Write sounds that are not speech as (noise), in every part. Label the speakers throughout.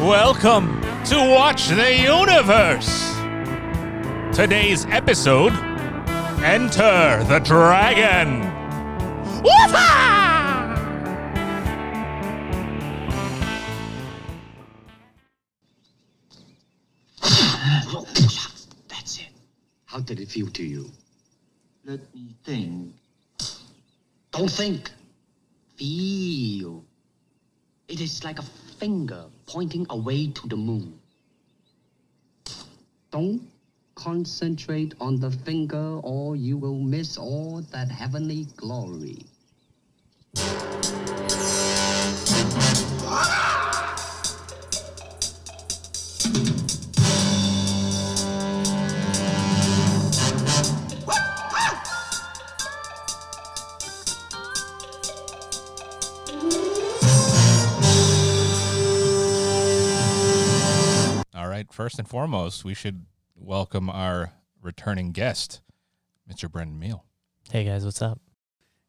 Speaker 1: Welcome to Watch the Universe. Today's episode Enter the Dragon. Woofa!
Speaker 2: That's it.
Speaker 3: How did it feel to you?
Speaker 2: Let me think.
Speaker 3: Don't think. Feel. It is like a finger pointing away to the moon. Don't concentrate on the finger or you will miss all that heavenly glory.
Speaker 1: All right, first and foremost, we should welcome our returning guest, Mr. Brendan Meal.
Speaker 4: Hey guys, what's up?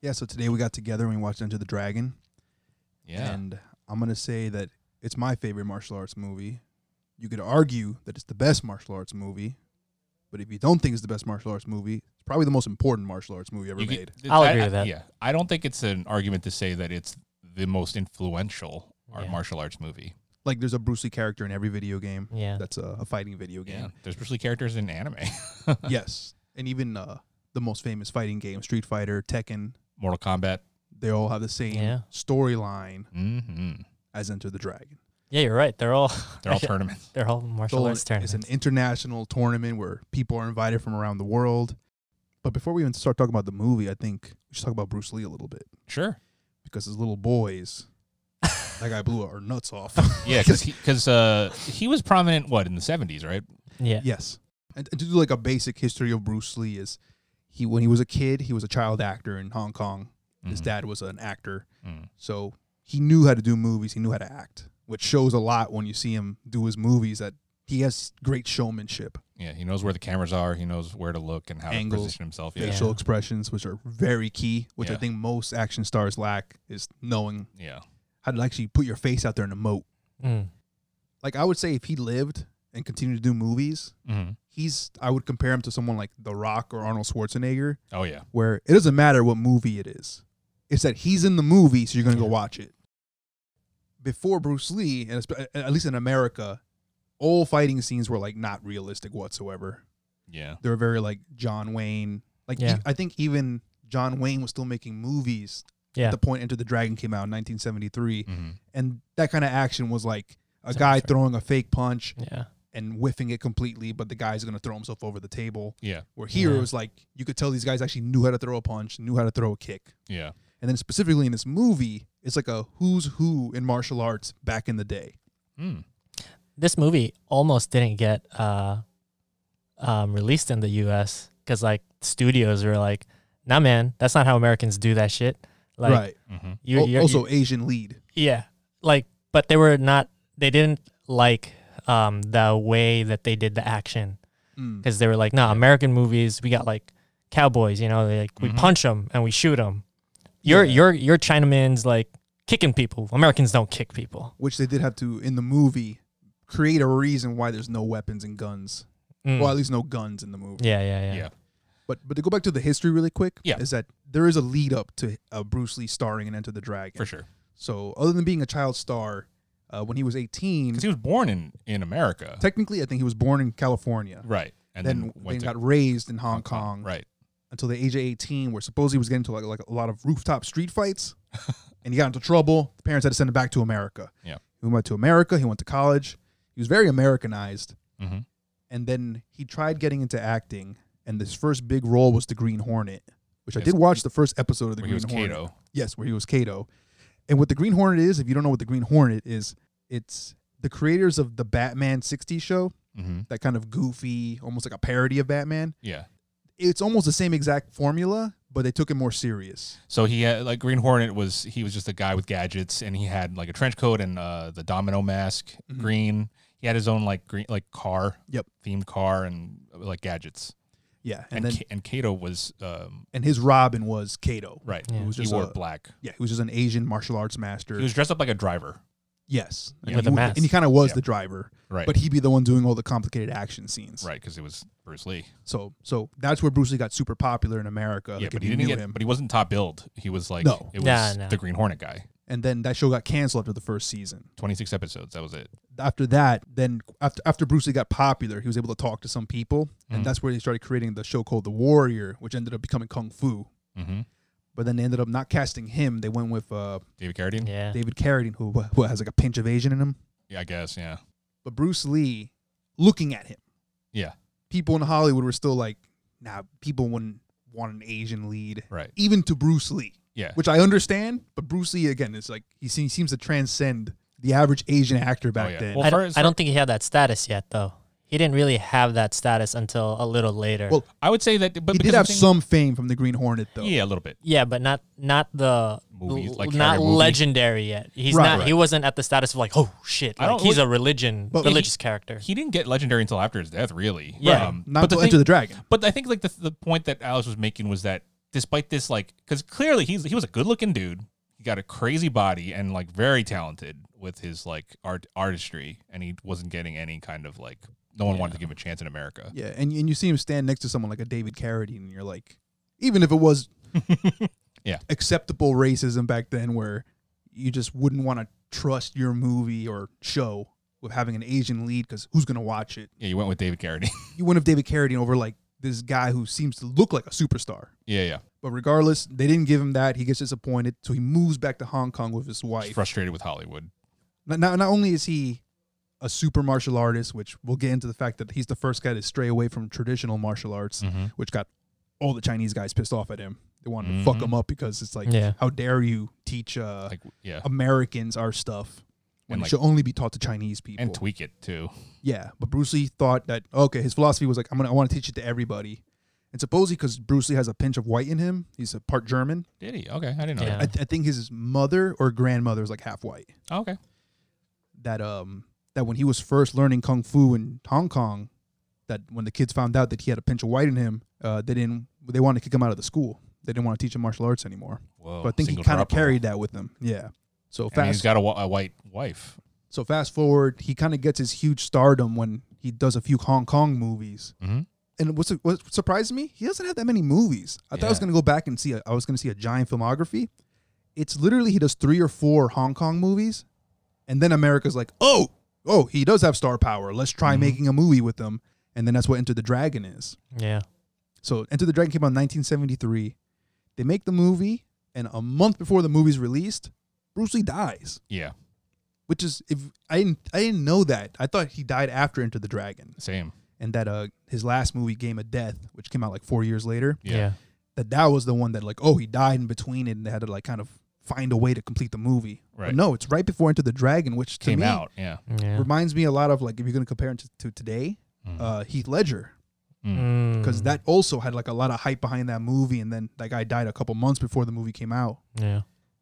Speaker 5: Yeah, so today we got together and we watched Enter the Dragon,
Speaker 1: Yeah.
Speaker 5: and I'm gonna say that it's my favorite martial arts movie. You could argue that it's the best martial arts movie, but if you don't think it's the best martial arts movie, it's probably the most important martial arts movie ever
Speaker 1: You
Speaker 5: made.
Speaker 1: could-
Speaker 4: I'll
Speaker 1: I-
Speaker 4: agree
Speaker 1: I-
Speaker 4: with that.
Speaker 1: Yeah. I don't think it's an argument to say that it's the most influential art,
Speaker 4: Yeah.
Speaker 1: martial arts movie.
Speaker 5: like, there's a Bruce Lee character in every video game.
Speaker 4: Yeah.
Speaker 5: that's a, a fighting video
Speaker 1: Yeah. (laughs)
Speaker 5: game.
Speaker 1: There's especially characters in anime. (laughs)
Speaker 5: yes, and even uh, the most famous fighting game, Street Fighter, Tekken,
Speaker 1: Mortal Kombat.
Speaker 5: they all have the same
Speaker 4: Yeah.
Speaker 5: storyline
Speaker 1: hmm
Speaker 5: as Enter the Dragon.
Speaker 4: Yeah, you're right. They're all (laughs)
Speaker 1: They're all tournaments.
Speaker 4: they're all martial
Speaker 5: So
Speaker 4: arts tournaments.
Speaker 5: It's an international tournament where people are invited from around the world. But before we even start talking about the movie, I think we should talk about Bruce Lee a little bit
Speaker 1: Sure.
Speaker 5: because his
Speaker 1: (laughs)
Speaker 5: little boys, that guy blew our nuts off.
Speaker 1: Yeah,
Speaker 5: (laughs)
Speaker 1: because he, 'cause, uh, he was prominent, what, in the 70s, right?
Speaker 4: yeah.
Speaker 5: yes. And and to do like a basic history of Bruce Lee is he when he was a kid, he was a child actor in Hong Kong. His
Speaker 1: Mhm.
Speaker 5: dad was an actor.
Speaker 1: Mm.
Speaker 5: So he knew how to do movies, he knew how to act, which shows a lot when you see him do his movies that he has great showmanship.
Speaker 1: Yeah, he knows where the cameras are. He knows where to look and how
Speaker 5: Angles,
Speaker 1: to position himself. Yeah.
Speaker 5: facial expressions, which are very key, which
Speaker 1: Yeah.
Speaker 5: I think most action stars lack, is knowing
Speaker 1: Yeah.
Speaker 5: how to actually put your face out there in a moat. Hmm.
Speaker 4: Mm.
Speaker 5: Like I would say, if he lived and continued to do movies,
Speaker 1: hmm
Speaker 5: he's I would compare him to someone like The Rock or Arnold Schwarzenegger,
Speaker 1: Oh, yeah.
Speaker 5: where it doesn't matter what movie it is, it's that he's in the movie, so you're gonna go
Speaker 4: Yeah.
Speaker 5: watch it. Before Bruce Lee, and espe- at least in America, all fighting scenes were like not realistic whatsoever.
Speaker 1: Yeah.
Speaker 5: they were very like John Wayne. Like
Speaker 4: Yeah.
Speaker 5: e- I think even John Wayne was still making movies.
Speaker 4: Yeah.
Speaker 5: At the point Enter the Dragon came out in 1973,
Speaker 1: hmm
Speaker 5: and that kind of action was like a
Speaker 4: Sounds
Speaker 5: guy
Speaker 4: right.
Speaker 5: throwing a fake punch
Speaker 4: Yeah.
Speaker 5: and whiffing it completely, but the guy's gonna throw himself over the table.
Speaker 1: Yeah.
Speaker 5: Where here
Speaker 4: Yeah.
Speaker 5: it was like you could tell these guys actually knew how to throw a punch, knew how to throw a kick,
Speaker 1: Yeah.
Speaker 5: and then specifically in this movie, it's like a who's who in martial arts back in the day.
Speaker 1: Mm.
Speaker 4: This movie almost didn't get uh um released in the US cuz like studios were like, "Nah man, that's not how Americans do that shit." Like
Speaker 5: right.
Speaker 1: hmm
Speaker 4: you
Speaker 5: Al-
Speaker 4: you're,
Speaker 5: also, Asian lead.
Speaker 4: Yeah. Like but they were not they didn't like um the way that they did the action
Speaker 5: Mm.
Speaker 4: cuz they were like, "No, American movies, we got like cowboys, you know, they like we
Speaker 1: Mhm.
Speaker 4: punch them and we shoot them." Your
Speaker 5: Mm-hmm. Yeah.
Speaker 4: your your Chinaman's like kicking people. Americans don't kick people.
Speaker 5: which they did have to in the movie create a reason why there's no weapons and guns.
Speaker 4: Mm.
Speaker 5: Well, at least no guns in the movie.
Speaker 4: yeah, yeah, yeah,
Speaker 1: Hmm. Yeah.
Speaker 5: But but to go back to the history really quick,
Speaker 1: Yeah.
Speaker 5: is that there is a lead up to uh, Bruce Lee starring in Enter the Dragon.
Speaker 1: For sure.
Speaker 5: So other than being a child star, uh, when he was 18,
Speaker 1: Because he was born in, in America.
Speaker 5: technically I think he was born in California.
Speaker 1: right. And
Speaker 5: then
Speaker 1: then,
Speaker 5: then
Speaker 1: went to
Speaker 5: got raised in Hong, Kong,
Speaker 1: Right.
Speaker 5: until the age of 18, where supposedly he was getting into like, like a lot of rooftop street
Speaker 1: (laughs)
Speaker 5: fights, and he got into trouble. The parents had to send him back to America.
Speaker 1: Yeah.
Speaker 5: he went to America. He went to college. He was very Americanized.
Speaker 1: Mhm.
Speaker 5: and then he tried getting into acting, and his first big role was the Green Hornet, which I
Speaker 1: Yes.
Speaker 5: did watch the first episode of the
Speaker 1: Where he
Speaker 5: Green
Speaker 1: was
Speaker 5: Hornet.
Speaker 1: Kato.
Speaker 5: Yes, where he was Kato. And what the Green Hornet is, if you don't know what the Green Hornet is, it's the creators of the Batman 60s show,
Speaker 1: hmm
Speaker 5: that kind of goofy, almost like a parody of Batman.
Speaker 1: Yeah.
Speaker 5: It's almost the same exact formula, but they took it more serious.
Speaker 1: So he had, like, Green Hornet was, he was just a guy with gadgets and he had, like, a trench coat and uh, the domino mask,
Speaker 5: Mhm.
Speaker 1: green. He had his own, like, green, like, car.
Speaker 5: Yep.
Speaker 1: Themed car and, uh, like, gadgets.
Speaker 5: Yeah,
Speaker 1: And,
Speaker 5: and, then
Speaker 1: Ka- and Kato was, um,
Speaker 5: and his Robin was Kato.
Speaker 1: right.
Speaker 4: Yeah.
Speaker 5: Who was
Speaker 1: He
Speaker 5: just
Speaker 1: wore
Speaker 5: a-
Speaker 1: black.
Speaker 5: Yeah, he was just an Asian martial arts master.
Speaker 1: He was dressed up like a driver.
Speaker 5: Yes, and
Speaker 4: With
Speaker 5: he
Speaker 4: a
Speaker 5: w-
Speaker 4: mask.
Speaker 5: and he kind of was
Speaker 1: Yeah.
Speaker 5: the driver,
Speaker 1: Right.
Speaker 5: But he'd be the one doing all the complicated action scenes,
Speaker 1: Right, because it was Bruce Lee.
Speaker 5: So, so that's where Bruce Lee got super popular in America.
Speaker 1: yeah,
Speaker 5: like,
Speaker 1: but
Speaker 5: if
Speaker 1: he
Speaker 5: you
Speaker 1: didn't
Speaker 5: knew
Speaker 1: get.
Speaker 5: him.
Speaker 1: But he wasn't top billed. He was like
Speaker 5: No.
Speaker 1: it was
Speaker 4: Nah, nah.
Speaker 1: the Green Hornet guy.
Speaker 5: and then that show got canceled after the first season.
Speaker 1: Twenty six episodes. That was it.
Speaker 5: after that, then after after Bruce Lee got popular, he was able to talk to some people,
Speaker 1: Mm-hmm.
Speaker 5: and that's where they started creating the show called The Warrior, which ended up becoming Kung Fu.
Speaker 1: hmm
Speaker 5: But then they ended up not casting him; they went with uh,
Speaker 1: David Carradine.
Speaker 4: Yeah.
Speaker 5: David Carradine, who who has like a pinch of Asian in him.
Speaker 1: Yeah, I guess. Yeah.
Speaker 5: But Bruce Lee, looking at him,
Speaker 1: Yeah.
Speaker 5: people in Hollywood were still like, "Nah, people wouldn't want an Asian lead,
Speaker 1: Right.
Speaker 5: even to Bruce Lee."
Speaker 1: Yeah.
Speaker 5: which I understand. But Bruce Lee again is like he seems, seems to transcend the average Asian actor back
Speaker 1: Oh, yeah.
Speaker 5: then.
Speaker 1: Well,
Speaker 4: I,
Speaker 1: first-
Speaker 4: don't, I don't think he had that status yet, though. He didn't really have that status until a little later.
Speaker 5: Well,
Speaker 1: I would say that. But
Speaker 5: he
Speaker 1: because
Speaker 5: did have
Speaker 1: the thing-
Speaker 5: some fame from the Green Hornet, though.
Speaker 1: Yeah, a little bit.
Speaker 4: yeah, but not not the
Speaker 1: Movies, like
Speaker 4: not
Speaker 1: Carrier movie.
Speaker 4: legendary yet. He's
Speaker 5: Right,
Speaker 4: not.
Speaker 5: right.
Speaker 4: He wasn't at the status of like, oh shit,
Speaker 1: I
Speaker 4: like
Speaker 1: don't-
Speaker 4: he's a religion
Speaker 5: But-
Speaker 4: religious character.
Speaker 1: He didn't get legendary until after his death, really. Um,
Speaker 4: Yeah.
Speaker 5: Not
Speaker 1: but
Speaker 5: until Enter the Dragon.
Speaker 1: But I think like the the point that Alice was making was that despite this, like, because clearly he's he was a good looking dude. He got a crazy body and like very talented with his like art artistry, and he wasn't getting any kind of like no one wanted to give him a chance in America.
Speaker 5: Yeah, and and you see him stand next to someone like a David Carradine, and you're like, even if it was,
Speaker 1: Yeah.
Speaker 5: acceptable racism back then, where you just wouldn't want to trust your movie or show with having an Asian lead because who's gonna watch it?
Speaker 1: Yeah, you went with David Carradine.
Speaker 5: You wouldn't have David Carradine over like this guy who seems to look like a superstar.
Speaker 1: (laughs) yeah, yeah.
Speaker 5: But regardless, they didn't give him that. He gets disappointed, so he moves back to Hong Kong with his
Speaker 1: Just
Speaker 5: wife.
Speaker 1: frustrated with Hollywood.
Speaker 5: Not, not, not only is he a super martial artist, which we'll get into the fact that he's the first guy to stray away from traditional martial arts,
Speaker 1: Mhm.
Speaker 5: which got all the Chinese guys pissed off at him. They wanted to fuck
Speaker 1: Mhm.
Speaker 5: him up because it's like,
Speaker 4: Yeah.
Speaker 5: how dare you teach uh,
Speaker 1: Like, yeah,
Speaker 5: Americans our stuff when
Speaker 1: And
Speaker 5: it
Speaker 1: like-
Speaker 5: should only be taught to Chinese people?
Speaker 1: and tweak it too.
Speaker 5: Yeah, but Bruce Lee thought that okay, his philosophy was like I'm gonna I want to teach it to everybody. And supposedly, because Bruce Lee has a pinch of white in him, he's a part German.
Speaker 1: Did he? Okay, I didn't know.
Speaker 4: Yeah.
Speaker 1: that.
Speaker 5: I, th- I think his mother or grandmother was like half white.
Speaker 1: Oh, okay.
Speaker 5: That um that when he was first learning kung fu in Hong Kong, that when the kids found out that he had a pinch of white in him, uh, they didn't they wanted to kick him out of the school. They didn't want to teach him martial arts anymore.
Speaker 1: Whoa.
Speaker 5: but I think he
Speaker 1: Oh, single
Speaker 5: kind of
Speaker 1: drop rule.
Speaker 5: carried that with him. Yeah. So
Speaker 1: And he's
Speaker 5: fast.
Speaker 1: got a, wa- a white wife.
Speaker 5: so fast forward, he kind of gets his huge stardom when he does a few Hong Kong movies.
Speaker 1: Mhm.
Speaker 5: And what's, what surprised me, he doesn't have that many movies. I thought I was
Speaker 1: Yeah.
Speaker 5: gonna go back and see. A, I was gonna see a giant filmography. It's literally he does three or four Hong Kong movies, and then America's like, oh, oh, he does have star power. Let's try making a movie with him. And then that's what Enter the Dragon is.
Speaker 4: yeah.
Speaker 5: So Enter the Dragon came out in 1973. They make the movie, and a month before the movie's released, Bruce Lee dies
Speaker 1: Yeah,
Speaker 5: which is if I didn't I didn't know that. I thought he died after Enter the Dragon,
Speaker 1: same.
Speaker 5: and that uh his last movie Game of Death, which came out like four years later,
Speaker 1: Yeah.
Speaker 4: yeah.
Speaker 5: that that was the one that like oh he died in between it and they had to like kind of find a way to complete the movie. But
Speaker 1: Right.
Speaker 5: no, it's right before Enter the Dragon, which to
Speaker 1: Came
Speaker 5: me
Speaker 1: out. Yeah.
Speaker 4: Yeah.
Speaker 5: reminds me a lot of like if you're gonna compare it to, to today,
Speaker 1: Mhm.
Speaker 5: uh Heath Ledger.
Speaker 4: Mm,
Speaker 1: Mm-hmm.
Speaker 5: Because that also had like a lot of hype behind that movie, and then that guy died a couple months before the movie came out.
Speaker 4: yeah.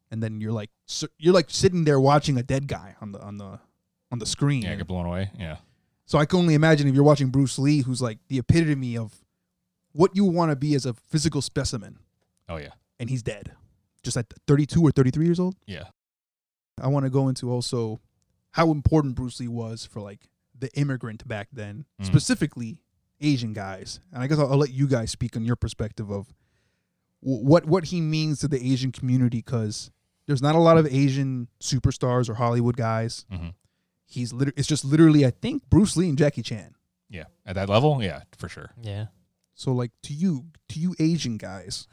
Speaker 5: And then you're like, so, you're like sitting there watching a dead guy on the on the on the screen.
Speaker 1: Yeah,
Speaker 5: and-
Speaker 1: get blown away. Yeah.
Speaker 5: So I can only imagine if you're watching Bruce Lee, who's like the epitome of what you want to be as a physical specimen,
Speaker 1: Oh yeah.
Speaker 5: and he's dead, just at 32 or 33 years old.
Speaker 1: Yeah.
Speaker 5: I want to go into also how important Bruce Lee was for like the immigrant back then,
Speaker 1: Mm.
Speaker 5: specifically Asian guys. And I guess I'll, I'll let you guys speak on your perspective of wh- what what he means to the Asian community because there's not a lot of Asian superstars or Hollywood guys.
Speaker 1: Mhm.
Speaker 5: He's liter- it's just literally I think Bruce Lee and Jackie Chan.
Speaker 1: Yeah. At that level, yeah, for sure.
Speaker 4: Yeah.
Speaker 5: So like to you, to you Asian guys,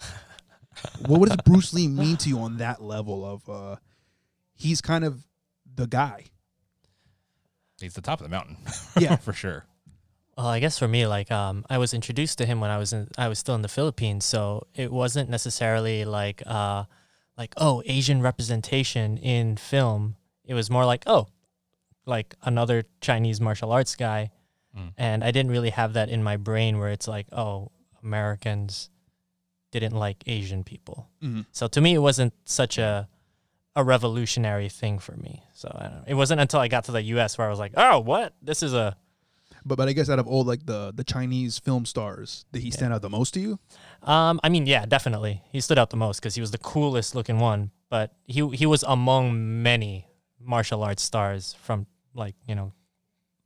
Speaker 5: what, what does Bruce Lee mean to you on that level of uh he's kind of the
Speaker 4: (laughs)
Speaker 5: guy.
Speaker 1: He's the top of the mountain. (laughs)
Speaker 5: Yeah.
Speaker 1: for sure.
Speaker 4: Well, I guess for me, like, um, I was introduced to him when I was in, I was still in the Philippines, so it wasn't necessarily like, uh, like oh, Asian representation in film. It was more like oh, like another Chinese martial arts guy,
Speaker 1: Mm.
Speaker 4: and I didn't really have that in my brain where it's like oh, Americans didn't like Asian people.
Speaker 5: Mhm.
Speaker 4: So to me, it wasn't such a a revolutionary thing for me. So I don't know. it wasn't until I got to the U.S. where I was like, oh, what? This is a
Speaker 5: But but I guess out of all like the the Chinese film stars, did he stand out the most to you?
Speaker 4: Um, I mean, yeah, definitely. He stood out the most because he was the coolest looking one, but he he was among many martial arts stars from like you know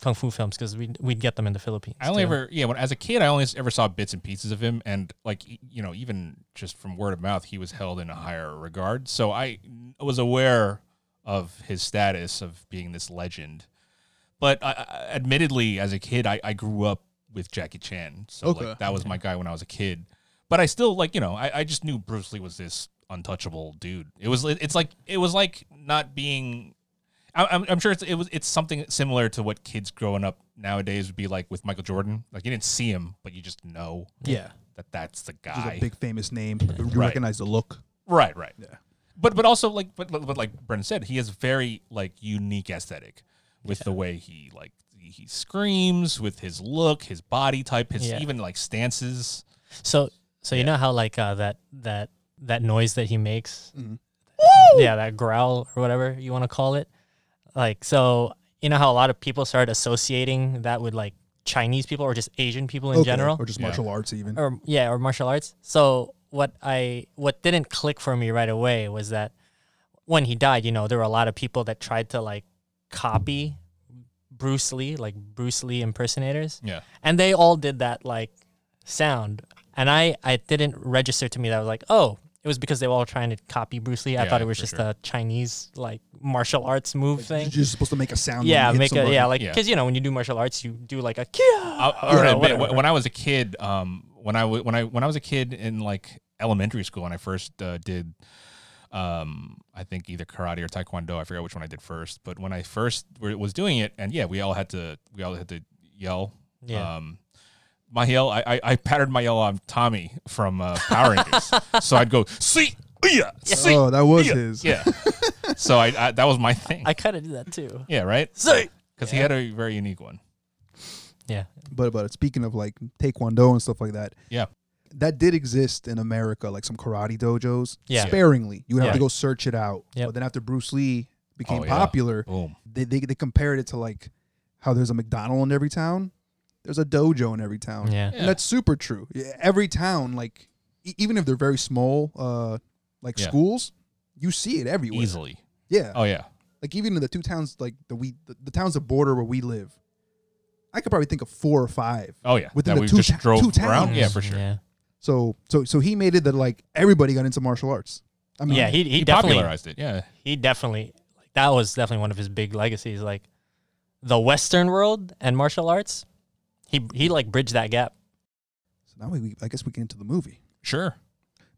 Speaker 4: kung fu films because we we'd get them in the Philippines.
Speaker 1: I only
Speaker 4: too.
Speaker 1: ever yeah when as a kid I only ever saw bits and pieces of him and like e- you know even just from word of mouth he was held in a higher regard so I was aware of his status of being this legend but I, I, admittedly as a kid I, I grew up with Jackie Chan so
Speaker 5: Okay.
Speaker 1: like that was my guy when I was a kid but I still like you know I, I just knew Bruce Lee was this untouchable dude it was it's like it was like not being I- I'm, I'm sure it's it was it's something similar to what kids growing up nowadays would be like with Michael Jordan. Like you didn't see him, but you just know
Speaker 5: Yeah.
Speaker 1: that that's the
Speaker 5: He's
Speaker 1: guy.
Speaker 5: a big famous name. You recognize the look.
Speaker 1: right, right. Yeah. But but also like but but but like Brendan said, he has very like unique aesthetic with the way he like he he screams with his look, his body type, his
Speaker 4: Yeah.
Speaker 1: even like stances.
Speaker 4: So so you know how like uh, that that that noise that he makes,
Speaker 5: Mhm.
Speaker 4: yeah, that growl or whatever you want to call it. Like so, you know how a lot of people started associating that with like Chinese people or just Asian people in
Speaker 5: Okay.
Speaker 4: general,
Speaker 5: Or just
Speaker 1: Yeah.
Speaker 5: martial arts even.
Speaker 4: or yeah, or martial arts. So what I what didn't click for me right away was that when he died, you know, there were a lot of people that tried to like copy Bruce Lee, like Bruce Lee impersonators
Speaker 1: Yeah.
Speaker 4: and they all did that like sound and i i didn't register to me that I was like oh it was because they were all trying to copy bruce lee i
Speaker 1: Yeah,
Speaker 4: thought it was
Speaker 1: for
Speaker 4: just
Speaker 1: sure.
Speaker 4: a chinese like martial arts move thing
Speaker 5: You're supposed to make a sound. when
Speaker 4: yeah
Speaker 5: you hit
Speaker 4: make a
Speaker 5: somebody.
Speaker 4: yeah like
Speaker 1: Yeah. Uh,
Speaker 4: because you know when you do martial arts you do like a
Speaker 1: I,
Speaker 4: kia
Speaker 1: I
Speaker 4: (laughs) or
Speaker 1: gotta admit,
Speaker 4: whatever.
Speaker 1: wh- when I was a kid, um, when I wa- when I when I was a kid in like elementary school, and I first uh, did, um, I think either karate or taekwondo. I forgot which one I did first, but when I first were, was doing it, and yeah, we all had to we all had to yell.
Speaker 4: Yeah.
Speaker 1: Um, my yell, I, I, I patterned my yell on Tommy from uh, Power Rangers, so I'd go see yeah see
Speaker 5: Oh, that was
Speaker 1: yeah,
Speaker 5: his.
Speaker 1: yeah. so I, I that was my thing.
Speaker 4: i kind of do that too
Speaker 1: yeah, right.
Speaker 4: See.
Speaker 1: because he had a very unique one.
Speaker 4: yeah
Speaker 5: But but speaking of like taekwondo and stuff like that,
Speaker 1: Yeah.
Speaker 5: that did exist in America, like some karate dojos.
Speaker 4: Yeah.
Speaker 5: Sparingly. You would have to
Speaker 4: Yeah.
Speaker 5: go search it out.
Speaker 4: Yep.
Speaker 5: But then after Bruce Lee became
Speaker 1: Oh, yeah.
Speaker 5: popular,
Speaker 1: Boom.
Speaker 5: they, they they compared it to like how there's a McDonald in every town. There's a dojo in every town.
Speaker 4: yeah
Speaker 1: Oh, Yeah.
Speaker 5: And that's super true. Yeah, Every town, like e- even if they're very small, uh, like
Speaker 1: Yeah.
Speaker 5: schools, you see it everywhere.
Speaker 1: Easily.
Speaker 5: Yeah,
Speaker 1: Oh yeah.
Speaker 5: like even in the two towns, like the we the, the towns that border where we live, I could probably think of four or five.
Speaker 1: Oh yeah, that
Speaker 5: Within the
Speaker 1: we
Speaker 5: two
Speaker 1: just
Speaker 5: ta-
Speaker 1: drove
Speaker 5: two
Speaker 1: around.
Speaker 5: towns.
Speaker 1: Yeah, for sure.
Speaker 4: yeah,
Speaker 5: So so so he made it that like everybody got into martial arts. I mean,
Speaker 4: yeah he, he,
Speaker 1: He,
Speaker 4: definitely
Speaker 1: popularized it. Yeah,
Speaker 4: he definitely like that was definitely one of his big legacies like the western world and martial arts he he like bridged that gap
Speaker 5: So now we, we I guess we get into the movie.
Speaker 1: sure.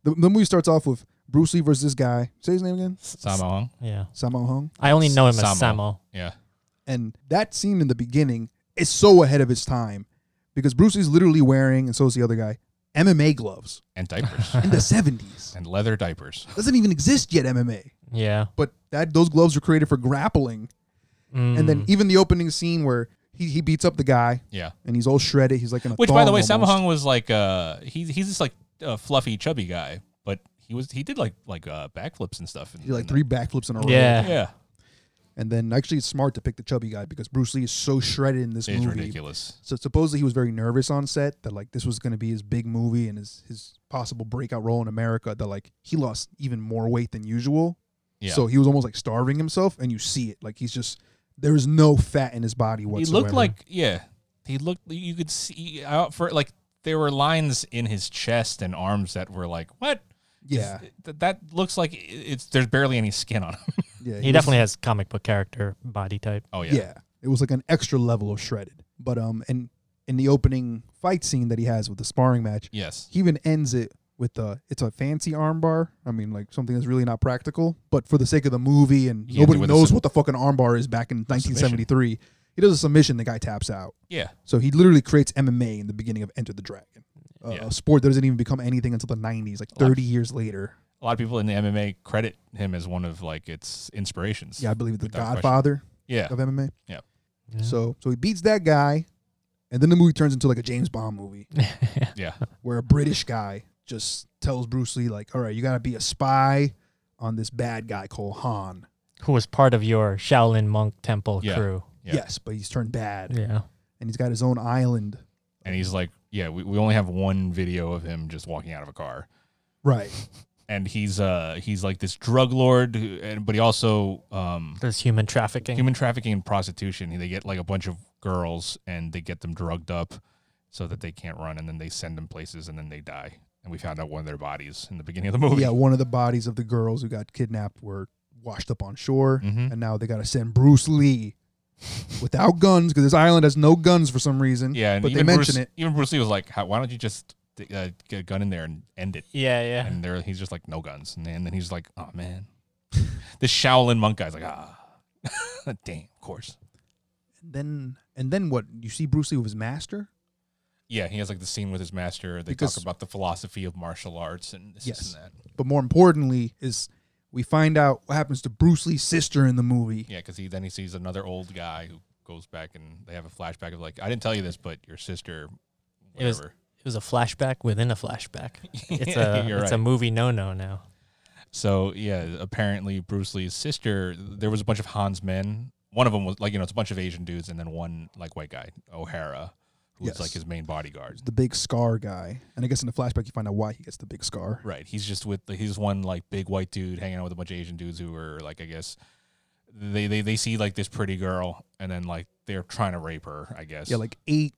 Speaker 5: The, the movie starts off with Bruce Lee versus this guy. Say his name again.
Speaker 1: Sammo Hung.
Speaker 4: yeah
Speaker 5: Sammo Hung.
Speaker 4: I only know him as
Speaker 1: Samo.
Speaker 4: Samo.
Speaker 1: Yeah,
Speaker 5: And that scene in the beginning is so ahead of his time because Bruce Lee's literally wearing, and so is the other guy, MMA gloves
Speaker 1: and (laughs) diapers
Speaker 5: in the 70s.
Speaker 1: and leather diapers.
Speaker 5: Doesn't even exist yet, MMA.
Speaker 4: Yeah.
Speaker 5: But that those gloves were created for grappling. And then
Speaker 1: Mm.
Speaker 5: even the opening scene where he, he beats up the guy
Speaker 1: Yeah.
Speaker 5: and he's all shredded. He's like in a
Speaker 1: Which, by the
Speaker 5: thong
Speaker 1: way, Sammo
Speaker 5: almost.
Speaker 1: Hung was like uh he he's this like uh, fluffy, chubby guy, but he was he did like like uh, backflips and stuff. And,
Speaker 5: He did like three backflips in a row.
Speaker 4: Yeah.
Speaker 1: Yeah,
Speaker 5: And then actually, it's smart to pick the chubby guy because Bruce Lee is so shredded in this
Speaker 1: it's
Speaker 5: movie.
Speaker 1: ridiculous.
Speaker 5: So supposedly he was very nervous on set that like this was going to be his big movie and his his possible breakout role in America. That like he lost even more weight than usual.
Speaker 1: Yeah.
Speaker 5: So he was almost like starving himself, and you see it. Like he's just there is no fat in his body
Speaker 1: he
Speaker 5: whatsoever.
Speaker 1: looked like yeah, he looked. You could see out for like there were lines in his chest and arms that were like what. Is-
Speaker 5: yeah,
Speaker 1: th- that looks like it's there's barely any skin on
Speaker 5: (laughs)
Speaker 1: him.
Speaker 5: yeah.
Speaker 4: he,
Speaker 5: was-
Speaker 4: definitely has comic book character body type.
Speaker 1: Oh yeah,
Speaker 5: yeah. It was like an extra level of shredded. But um, and in the opening fight scene that he has with the sparring match,
Speaker 1: yes,
Speaker 5: he even ends it with a it's a fancy armbar. I mean, like something that's really not practical. But for the sake of the movie, and
Speaker 1: He ends
Speaker 5: nobody
Speaker 1: it with a
Speaker 5: knows
Speaker 1: sub-
Speaker 5: what the fucking armbar is back in 1973. He does a submission, the guy taps out.
Speaker 1: yeah,
Speaker 5: So he literally creates MMA in the beginning of Enter the Dragon, uh,
Speaker 1: Yeah.
Speaker 5: a sport that doesn't even become anything until the 90s, like 30 years later.
Speaker 1: a lot of people in the MMA credit him as one of like its inspirations.
Speaker 5: Yeah, I believe the
Speaker 1: Without question.
Speaker 5: Godfather
Speaker 1: yeah,
Speaker 5: of MMA.
Speaker 1: Yeah.
Speaker 4: Yeah.
Speaker 5: So so he beats that guy, and then the movie turns into like a James Bond movie.
Speaker 1: yeah.
Speaker 5: where a British guy just tells Bruce Lee, like, all right, you got to be a spy on this bad guy called Han.
Speaker 4: Who was part of your Shaolin monk temple
Speaker 1: Yeah.
Speaker 4: crew?
Speaker 1: Yeah.
Speaker 5: Yes, but he's turned bad
Speaker 4: Yeah.
Speaker 5: and he's got his own island.
Speaker 1: And he's like, yeah, we, we only have one video of him just walking out of a car.
Speaker 5: (laughs) Right.
Speaker 1: and he's uh he's like this drug lord, who, and but he also um
Speaker 4: There's human trafficking.
Speaker 1: human trafficking and prostitution. They get like a bunch of girls and they get them drugged up so that they can't run, and then they send them places, and then they die. And we found out one of their bodies in the beginning of the movie.
Speaker 5: Yeah, one of the bodies of the girls who got kidnapped were washed up on shore,
Speaker 1: Mhm.
Speaker 5: and now they got to send Bruce Lee without guns because this island has no guns for some reason.
Speaker 1: Yeah, and
Speaker 5: but they
Speaker 1: even
Speaker 5: mention
Speaker 1: Bruce,
Speaker 5: it.
Speaker 1: Even Bruce Lee was like, How, "Why don't you just uh, get a gun in there and end it?"
Speaker 4: yeah, yeah.
Speaker 1: And there, he's just like, "No guns," and then, and then he's like, "Oh man," (laughs) the Shaolin monk guy's like, "Ah, (laughs) damn, of course."
Speaker 5: Then and then what? You see Bruce Lee with his master.
Speaker 1: Yeah, he has like the scene with his master. They
Speaker 5: Because-
Speaker 1: talk about the philosophy of martial arts and this
Speaker 5: Yes.
Speaker 1: and that.
Speaker 5: but more importantly is we find out what happens to Bruce Lee's sister in the movie.
Speaker 1: Yeah, because he then he sees another old guy who goes back and they have a flashback of like, I didn't tell you this, but your sister,
Speaker 4: It was-
Speaker 1: whatever.
Speaker 4: It was a flashback within
Speaker 1: (laughs)
Speaker 4: a flashback. It's a
Speaker 1: You're
Speaker 4: it's a
Speaker 1: right.
Speaker 4: movie no no now.
Speaker 1: So yeah, apparently Bruce Lee's sister. There was a bunch of Hans men. One of them was like you know it's a bunch of Asian dudes and then one like white guy O'Hara, who's
Speaker 5: Yes.
Speaker 1: like his main bodyguard.
Speaker 5: The big scar guy. And I guess in the flashback you find out why he gets the big scar.
Speaker 1: Right. He's just with he's one like big white dude hanging out with a bunch of Asian dudes who are like I guess they they they see like this pretty girl and then like they're trying to rape her I guess.
Speaker 5: Yeah, like eight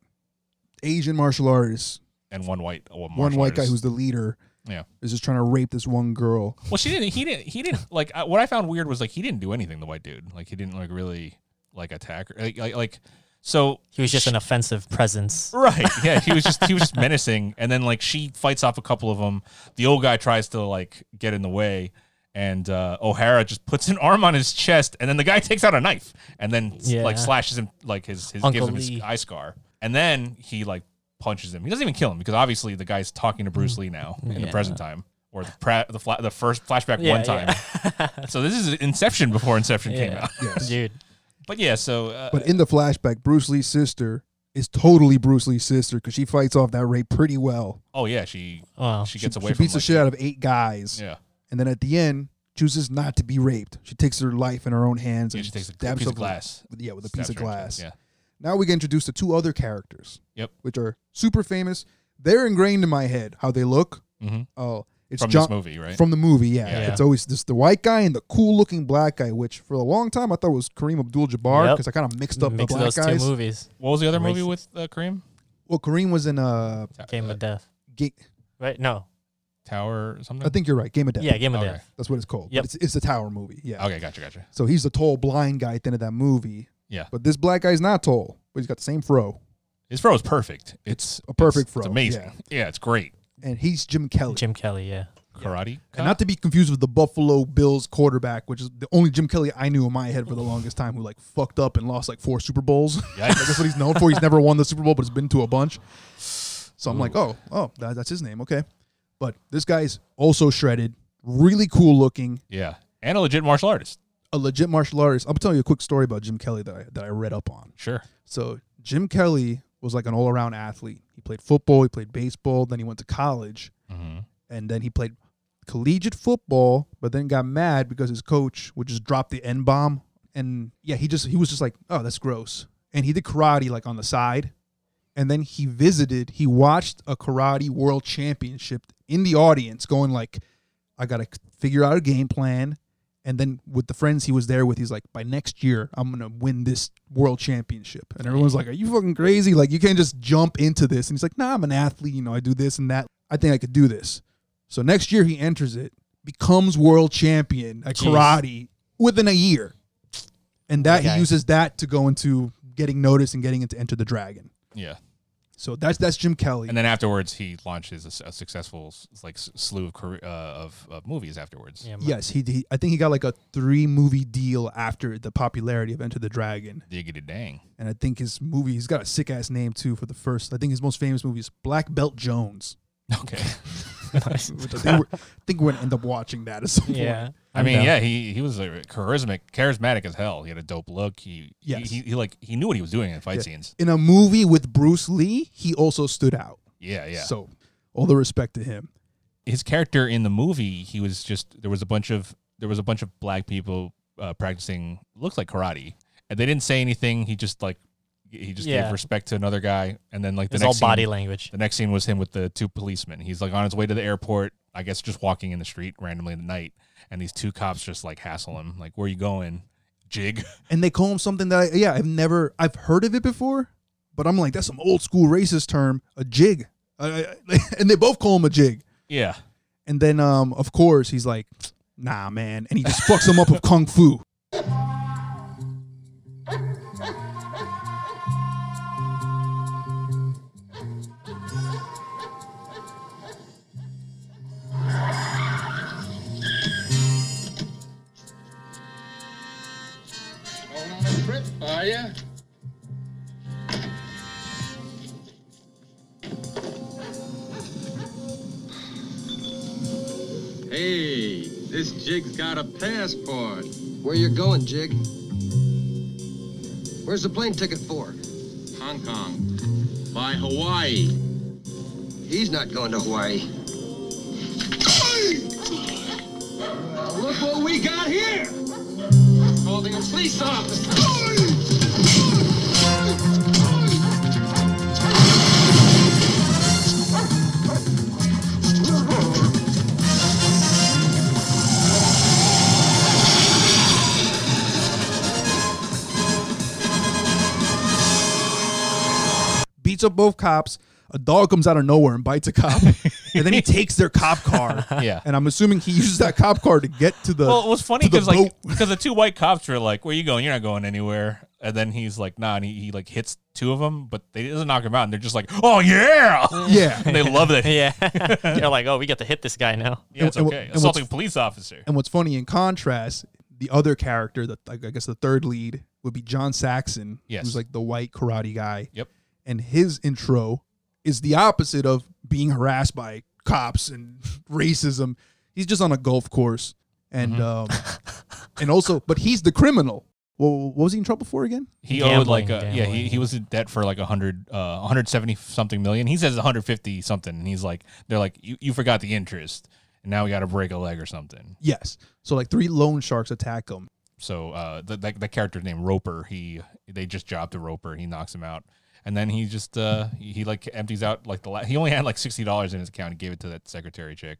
Speaker 5: Asian martial artists.
Speaker 1: and one white one,
Speaker 5: one
Speaker 1: martial
Speaker 5: white guy
Speaker 1: artist.
Speaker 5: who's the leader
Speaker 1: yeah.
Speaker 5: is just trying to rape this
Speaker 1: (laughs)
Speaker 5: one girl.
Speaker 1: Well, she didn't. He didn't. He didn't. Like I, what I found weird was like he didn't do anything. The white dude. Like he didn't like really like attack her. Like like, like so.
Speaker 4: He was just an offensive presence.
Speaker 1: Right. (laughs) Yeah. He was just he was just menacing, and then like she fights off a couple of them. The old guy tries to like get in the way, and uh, O'Hara just puts an arm on his chest, and then the guy takes out a knife, and then s- like
Speaker 4: Yeah.
Speaker 1: slashes him like his, his gives
Speaker 4: Uncle
Speaker 1: him
Speaker 4: Lee.
Speaker 1: his eye scar, and then he like punches him. He doesn't even kill him because obviously the guy's talking to Bruce Lee now in the
Speaker 4: Mm. Yeah.
Speaker 1: present time. Or the pra- the, fla- the first flashback one time,
Speaker 4: yeah.
Speaker 1: so this is Inception before Inception came
Speaker 4: Yeah.
Speaker 1: out. (laughs)
Speaker 4: (laughs) dude.
Speaker 1: But yeah, so uh,
Speaker 5: But in the flashback, Bruce Lee's sister is totally Bruce Lee's sister because she fights off that rape pretty well.
Speaker 1: oh yeah, she
Speaker 4: Wow.
Speaker 1: she gets
Speaker 5: she
Speaker 1: away.
Speaker 5: beats
Speaker 1: from,
Speaker 5: the
Speaker 1: like,
Speaker 5: shit out of eight guys.
Speaker 1: Yeah,
Speaker 5: And then at the end, chooses not to be raped. She takes her life in her own hands
Speaker 1: yeah
Speaker 5: and
Speaker 1: she takes a
Speaker 5: stabs
Speaker 1: piece of
Speaker 5: herself with-
Speaker 1: glass.
Speaker 5: with- yeah, with a piece
Speaker 1: Stabs
Speaker 5: of
Speaker 1: her in the
Speaker 5: glass.
Speaker 1: chest, Yeah,
Speaker 5: now we get introduced to two other characters.
Speaker 1: Yep.
Speaker 5: Which are super famous. They're ingrained in my head how they look.
Speaker 1: Mhm.
Speaker 5: Oh, it's
Speaker 1: from
Speaker 5: John
Speaker 1: this movie, right?
Speaker 5: from the movie. Yeah,
Speaker 1: Yeah.
Speaker 5: it's always this the white guy and the cool looking black guy, which for a long time I thought was Kareem Abdul-Jabbar
Speaker 4: Yep.
Speaker 5: because I kind of mixed up
Speaker 4: Mix
Speaker 5: the black
Speaker 4: those
Speaker 5: guys.
Speaker 4: two movies.
Speaker 1: what was the other movie
Speaker 4: Racist.
Speaker 1: with uh, Kareem?
Speaker 5: Well, Kareem was in uh,
Speaker 4: Game of Death.
Speaker 5: Ga-
Speaker 4: Right? No.
Speaker 1: Tower or something.
Speaker 5: I think you're right, Game of Death.
Speaker 4: Yeah, Game of
Speaker 1: Okay.
Speaker 4: Death.
Speaker 5: that's what it's called.
Speaker 4: Yep.
Speaker 5: But It's, it's the Tower movie. Yeah.
Speaker 1: Okay, gotcha, gotcha.
Speaker 5: So he's the tall blind guy at the end of that movie.
Speaker 1: Yeah.
Speaker 5: But this black guy's not tall, but he's got the same fro,
Speaker 1: His fro is perfect. It's
Speaker 5: a perfect
Speaker 1: it's,
Speaker 5: fro.
Speaker 1: It's amazing.
Speaker 5: yeah.
Speaker 1: Yeah, it's great.
Speaker 5: and he's Jim Kelly.
Speaker 4: Jim Kelly, yeah.
Speaker 1: Karate.
Speaker 5: And not to be confused with the Buffalo Bills quarterback, which is the only Jim Kelly I knew in my head for the longest time, who like fucked up and lost like four Super Bowls. (laughs)
Speaker 1: Yikes.
Speaker 5: That's what he's known for. He's never won the Super Bowl, but he's been to a bunch. So I'm like, oh, oh, that, that's his name. Okay. But this guy's also shredded, really cool looking,
Speaker 1: yeah, and a legit martial artist.
Speaker 5: a legit martial artist. I'm telling you a quick story about Jim Kelly that I, that I read up on.
Speaker 1: Sure.
Speaker 5: So Jim Kelly was like an all around athlete. He played football, he played baseball, then he went to college
Speaker 1: Mm-hmm.
Speaker 5: and then he played collegiate football, but then got mad because his coach would just drop the N bomb. And yeah, he just he was just like, oh, that's gross. And he did karate like on the side. And then he visited, he watched a karate world championship in the audience, going like, I gotta figure out a game plan. And then with the friends he was there with, he's like, by next year, I'm gonna win this world championship. And everyone's like, Are you fucking crazy? Like you can't just jump into this. And he's like, Nah, I'm an athlete, you know, I do this and that. I think I could do this. So next year he enters it, becomes world champion at
Speaker 4: Jeez.
Speaker 5: karate within a year. And that
Speaker 4: Okay.
Speaker 5: he uses that to go into getting noticed and getting into Enter the Dragon.
Speaker 1: Yeah,
Speaker 5: So that's that's Jim Kelly.
Speaker 1: and then afterwards he launches a, s- a successful s- like s- slew of career, uh, of, of movies afterwards.
Speaker 4: Yeah.
Speaker 1: (laughs)
Speaker 5: yes, he, he I think he got like a three movie deal after the popularity of Enter the Dragon.
Speaker 1: Diggity
Speaker 5: (laughs)
Speaker 1: dang.
Speaker 5: And I think his movie he's got a sick ass name too for the first I think his most famous movie is Black
Speaker 1: (laughs)
Speaker 5: Belt Jones.
Speaker 1: Okay.
Speaker 4: (laughs)
Speaker 5: Which I think we're, I think we're gonna end up watching that at some point.
Speaker 4: Yeah.
Speaker 1: I
Speaker 4: I'm
Speaker 1: mean,
Speaker 4: down.
Speaker 1: yeah, he he was a charismatic, charismatic as hell. He had a dope look. He
Speaker 5: Yes.
Speaker 1: he, he, he like he knew what he was doing in fight
Speaker 5: Yeah.
Speaker 1: scenes.
Speaker 5: In a movie with Bruce Lee, he also stood out.
Speaker 1: Yeah, yeah.
Speaker 5: So all the respect to him.
Speaker 1: his character in the movie, he was just there was a bunch of there was a bunch of black people uh, practicing looks like karate, and they didn't say anything. He just like he just
Speaker 4: Yeah.
Speaker 1: gave respect to another guy, and then like the
Speaker 4: It's all
Speaker 1: next
Speaker 4: body
Speaker 1: scene,
Speaker 4: language. (laughs)
Speaker 1: the next scene was him with the two policemen. He's like on his way to the airport. I guess just walking in the street randomly at night, and these two cops just like hassle him, like, "Where you going, Jig?" (laughs)
Speaker 5: and they call him something that I, yeah I've never I've heard of it before, but I'm like that's some old school racist term, a jig, I- I- (laughs) and they both call him a jig.
Speaker 1: Yeah,
Speaker 5: And then um of course he's like, nah man, and he just fucks him up with kung fu.
Speaker 6: Going on a trip, are ya? Hey, this jig's got a passport.
Speaker 7: Where you going, Jig? Where's the plane ticket for?
Speaker 6: Hong Kong. By Hawaii.
Speaker 7: He's not going to Hawaii.
Speaker 6: Now look what we got here! Holding a police officer.
Speaker 5: Beats up both cops. A dog comes out of nowhere and bites a cop, and then he takes their cop car.
Speaker 1: (laughs) Yeah.
Speaker 5: and I'm assuming he uses that cop car to get to the.
Speaker 1: Well, it was funny
Speaker 5: to the
Speaker 1: because like
Speaker 5: boat.
Speaker 1: because the two white cops were like, "Where you going? You're not going anywhere." And then he's like, "Nah," and he, he like hits two of them, but they it doesn't knock him out, and they're just like, "Oh
Speaker 4: (laughs)
Speaker 1: yeah!" (laughs)
Speaker 5: yeah,
Speaker 1: and they love it. (laughs) Yeah,
Speaker 4: Yeah. They're like, oh, we got to hit this guy now.
Speaker 1: it's
Speaker 5: And- and-
Speaker 1: okay.
Speaker 5: and what's-
Speaker 1: Assaulting a police officer.
Speaker 5: And what's funny in contrast, the other character that like, I guess the third lead would be John Saxon,
Speaker 1: Yes.
Speaker 5: who's like the white karate guy.
Speaker 1: Yep.
Speaker 5: And his intro is the opposite of being harassed by cops and (laughs) racism. He's just on a golf course, and
Speaker 1: Mm-hmm.
Speaker 5: um, and also, but he's the criminal. Well, what was he in trouble for again?
Speaker 1: He owed
Speaker 4: Gambling,
Speaker 1: like a, yeah, he,
Speaker 4: gambling.
Speaker 1: he was in debt for like a hundred, uh, 170 something million. He says 150 something, and he's like, "They're like, you, you forgot the interest, and now we got to break a leg or something."
Speaker 5: Yes. So like three loan sharks attack him.
Speaker 1: So uh, the, that that character's name Roper. He they just job to Roper. He knocks him out, and then he just uh, he, he, like empties out like the la- he only had like sixty dollars in his account. He gave it to that secretary chick,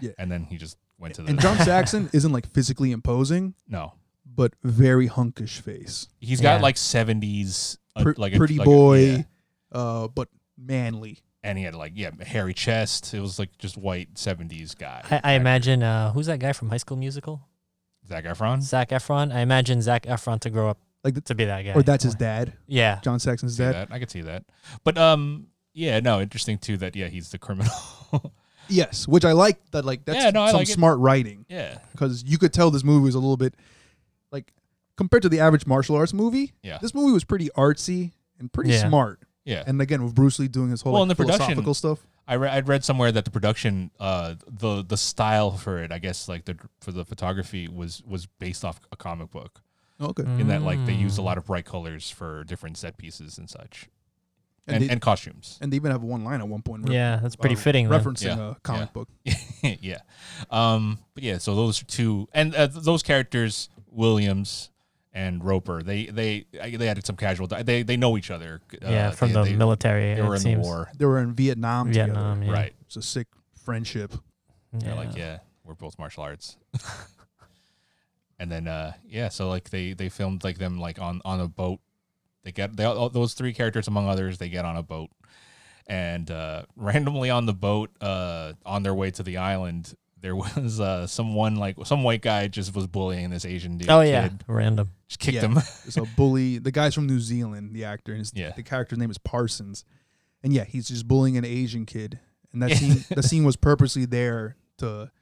Speaker 5: Yeah.
Speaker 1: and then he just went to the (laughs)
Speaker 5: And John Saxon isn't like physically imposing,
Speaker 1: no.
Speaker 5: but very hunkish face,
Speaker 1: He's got
Speaker 4: Yeah.
Speaker 1: like seventies uh,
Speaker 5: Pre-
Speaker 1: like
Speaker 5: pretty
Speaker 1: like
Speaker 5: boy,
Speaker 1: yeah.
Speaker 5: uh, but manly.
Speaker 1: and he had like yeah hairy chest. It was like just white seventies guy.
Speaker 4: I, I imagine, uh, who's that guy from High School Musical?
Speaker 1: Zac Efron.
Speaker 4: Zach Efron. I imagine Zach Efron to grow up
Speaker 5: Like the,
Speaker 4: to be that guy.
Speaker 1: Oh,
Speaker 5: or that's his dad,
Speaker 4: Yeah.
Speaker 5: John Saxon's
Speaker 1: See
Speaker 5: dad.
Speaker 1: that I could see that, but um yeah no interesting too that yeah he's the criminal. (laughs)
Speaker 5: Yes, which I like that. Like that's
Speaker 1: Yeah, no, I
Speaker 5: some
Speaker 1: like it.
Speaker 5: smart writing
Speaker 1: yeah
Speaker 5: because you could tell this movie was a little bit like compared to the average martial arts movie.
Speaker 1: Yeah.
Speaker 5: this movie was pretty artsy and pretty
Speaker 4: Yeah.
Speaker 5: smart.
Speaker 1: yeah.
Speaker 5: And again, with Bruce Lee doing his whole
Speaker 1: Well,
Speaker 5: like,
Speaker 1: and the production-
Speaker 5: philosophical stuff.
Speaker 1: I re- I'd read somewhere that the production, uh, the the style for it, I guess, like the for the photography was was based off a comic book.
Speaker 5: Oh, Okay,
Speaker 1: In that, like they used a
Speaker 4: Mm.
Speaker 1: lot of bright colors for different set pieces and such,
Speaker 5: and,
Speaker 1: and and,
Speaker 5: they, and,
Speaker 1: costumes. (laughs)
Speaker 5: they even have one line at one point.
Speaker 4: Yeah, that's pretty
Speaker 5: uh,
Speaker 1: um,
Speaker 4: fitting. then.
Speaker 5: Referencing
Speaker 1: Yeah.
Speaker 5: a comic
Speaker 1: Yeah.
Speaker 5: book.
Speaker 1: yeah, um, but yeah. So those two and uh, th- those characters, Williams and Roper, they they I- they added some casual. di- They they know each other. Uh,
Speaker 4: yeah, from
Speaker 1: they-
Speaker 4: the
Speaker 1: they-
Speaker 4: military.
Speaker 1: They were
Speaker 4: it
Speaker 1: in
Speaker 4: seems.
Speaker 1: the war,
Speaker 5: They were in Vietnam.
Speaker 4: Vietnam.
Speaker 5: Together.
Speaker 4: Yeah.
Speaker 1: right?
Speaker 5: It's a sick friendship.
Speaker 1: They're like, yeah, we're both martial arts. (laughs) and then uh yeah, so like they they filmed like them like on on a boat. They get they all, those three characters among others, they get on a boat. And uh (laughs) randomly on the boat uh on their way to the island, there was uh someone like some white guy just was bullying this Asian dude.
Speaker 4: Oh yeah,
Speaker 1: kid.
Speaker 4: random.
Speaker 1: Just kicked
Speaker 5: Yeah.
Speaker 1: him. (laughs)
Speaker 5: It's a bully. The guy's from New Zealand, the actor, and his,
Speaker 1: Yeah.
Speaker 5: the character's name is Parsons. And yeah, he's just bullying an Asian kid, and that
Speaker 1: (laughs)
Speaker 5: scene that scene was purposely there to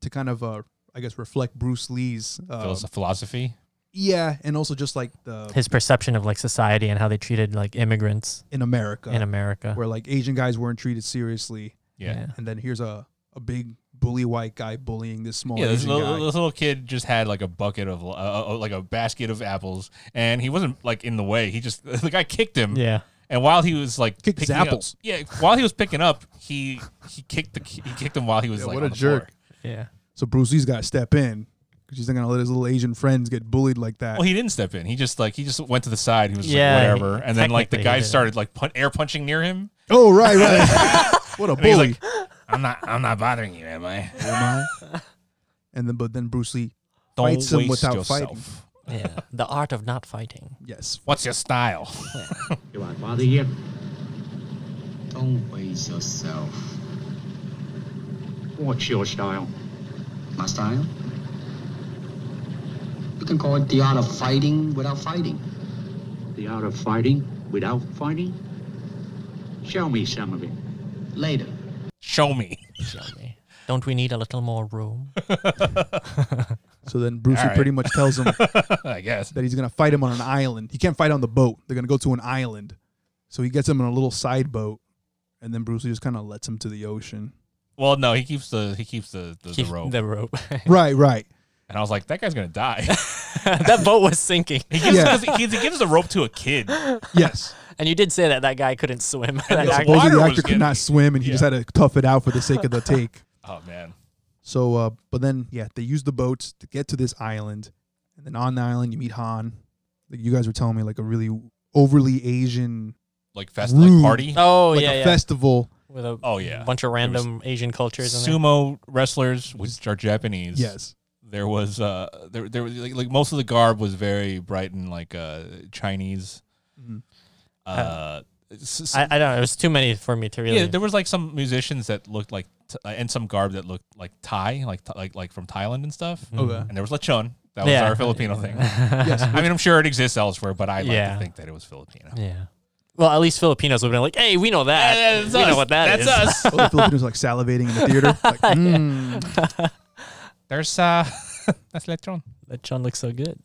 Speaker 5: to kind of uh I guess reflect Bruce Lee's uh,
Speaker 1: Philosoph- philosophy.
Speaker 5: yeah, and also just like the
Speaker 4: His perception of like society and how they treated like immigrants
Speaker 5: in America,
Speaker 4: in America.
Speaker 5: where like Asian guys weren't treated seriously,
Speaker 1: Yeah. yeah.
Speaker 5: and then here's a a big bully white guy bullying this small
Speaker 1: this
Speaker 5: Asian
Speaker 1: little,
Speaker 5: guy.
Speaker 1: this little kid just had like a bucket of, uh, uh, like a basket of apples, and he wasn't like in the way. He just, (laughs) the guy kicked him.
Speaker 4: Yeah.
Speaker 1: And while he was like
Speaker 5: Kicked his
Speaker 1: picking up-
Speaker 5: apples.
Speaker 1: yeah. While he was picking up, he he kicked the he kicked him while he was
Speaker 5: Yeah,
Speaker 1: like
Speaker 5: what
Speaker 1: on
Speaker 5: a
Speaker 1: the floor.
Speaker 5: jerk.
Speaker 4: Yeah.
Speaker 5: so Bruce Lee's got to step in because he's not gonna let his little Asian friends get bullied like that.
Speaker 1: Well, Oh, he didn't step in. He just like he just went to the side. He was just,
Speaker 4: Yeah,
Speaker 1: like whatever, and then like the
Speaker 4: technically he
Speaker 1: guy
Speaker 4: did.
Speaker 1: started like pun- air punching near him. (laughs)
Speaker 5: oh right, right. what a
Speaker 1: And he's
Speaker 5: bully.
Speaker 1: like, I'm not. I'm not bothering you, am I?
Speaker 5: Am
Speaker 1: (laughs)
Speaker 5: I? And then, but then Bruce Lee
Speaker 1: Don't
Speaker 5: (laughs) Fights him
Speaker 1: waste
Speaker 5: without
Speaker 1: yourself.
Speaker 5: fighting.
Speaker 4: Yeah, (laughs) the art of not fighting.
Speaker 5: Yes.
Speaker 1: What's your style? (laughs)
Speaker 2: You won't bother you.
Speaker 3: Don't waste yourself.
Speaker 2: What's your style?
Speaker 3: My style? You can call it the art of fighting without fighting.
Speaker 2: The art of fighting without fighting? Show me some of it.
Speaker 3: Later.
Speaker 1: Show me. (laughs)
Speaker 4: Show me. Don't we need a little more room?
Speaker 5: So then Bruce Lee
Speaker 1: All right.
Speaker 5: pretty much
Speaker 1: (laughs)
Speaker 5: tells him that
Speaker 1: I guess.
Speaker 5: he's gonna fight him on an island. He can't fight on the boat. They're gonna go to an island. So he gets him in a little side boat, and then Bruce Lee just kind of lets him to
Speaker 1: (laughs)
Speaker 5: the ocean.
Speaker 1: Well, no, he keeps the he keeps the the,
Speaker 4: Keep
Speaker 1: the rope.
Speaker 4: The rope. (laughs)
Speaker 5: Right. Right.
Speaker 1: and I was like, that guy's gonna die. (laughs)
Speaker 4: that boat was sinking,
Speaker 1: he, gives,
Speaker 5: Yeah.
Speaker 1: 'cause he, he gives the rope to a kid. (laughs)
Speaker 5: Yes.
Speaker 4: and you did say that that guy couldn't swim. (laughs) That
Speaker 1: it's water
Speaker 4: guy-
Speaker 5: Supposedly the
Speaker 1: was
Speaker 5: actor could
Speaker 1: getting-
Speaker 5: not swim, and he just had to tough it out for the sake
Speaker 1: (laughs)
Speaker 5: of the take.
Speaker 1: Oh man.
Speaker 5: So, uh, but then, yeah, they use the boats to get to this island, and then on the island you meet Han. Like you guys were telling me, like a really overly Asian,
Speaker 1: Like fest
Speaker 5: Rude.
Speaker 1: like party.
Speaker 4: oh
Speaker 5: like
Speaker 4: yeah,
Speaker 5: a
Speaker 4: yeah.
Speaker 5: festival.
Speaker 4: With a
Speaker 1: Oh, yeah.
Speaker 4: bunch of random Asian cultures. In there.
Speaker 1: Sumo wrestlers, which are Japanese.
Speaker 5: Yes,
Speaker 1: There was uh there there was like, like most of the garb was very bright and like uh Chinese.
Speaker 5: Mhm.
Speaker 1: Uh, s- s-
Speaker 4: I, I don't know. It was too many for me to really.
Speaker 1: Yeah, there was like some musicians that looked like t- uh, and some garb that looked like Thai, like th- like like from Thailand and stuff.
Speaker 4: Mm.
Speaker 5: Okay.
Speaker 1: And there (laughs) was lechon. That was
Speaker 4: Mm-hmm. Yeah.
Speaker 1: our Filipino thing.
Speaker 4: (laughs)
Speaker 5: yes.
Speaker 1: I mean, I'm sure it exists elsewhere, but I like
Speaker 4: Yeah.
Speaker 1: to think that it was Filipino.
Speaker 4: yeah. Well, at least Filipinos would have been like, "Hey, we know that.
Speaker 1: Yeah, that's
Speaker 4: we know
Speaker 1: us.
Speaker 4: what that is."
Speaker 1: That's us.
Speaker 5: All Oh, the Filipinos are, like salivating in the theater. Like, mm.
Speaker 1: There's uh, (laughs) that's lechon.
Speaker 4: (laughs) That John looks so good.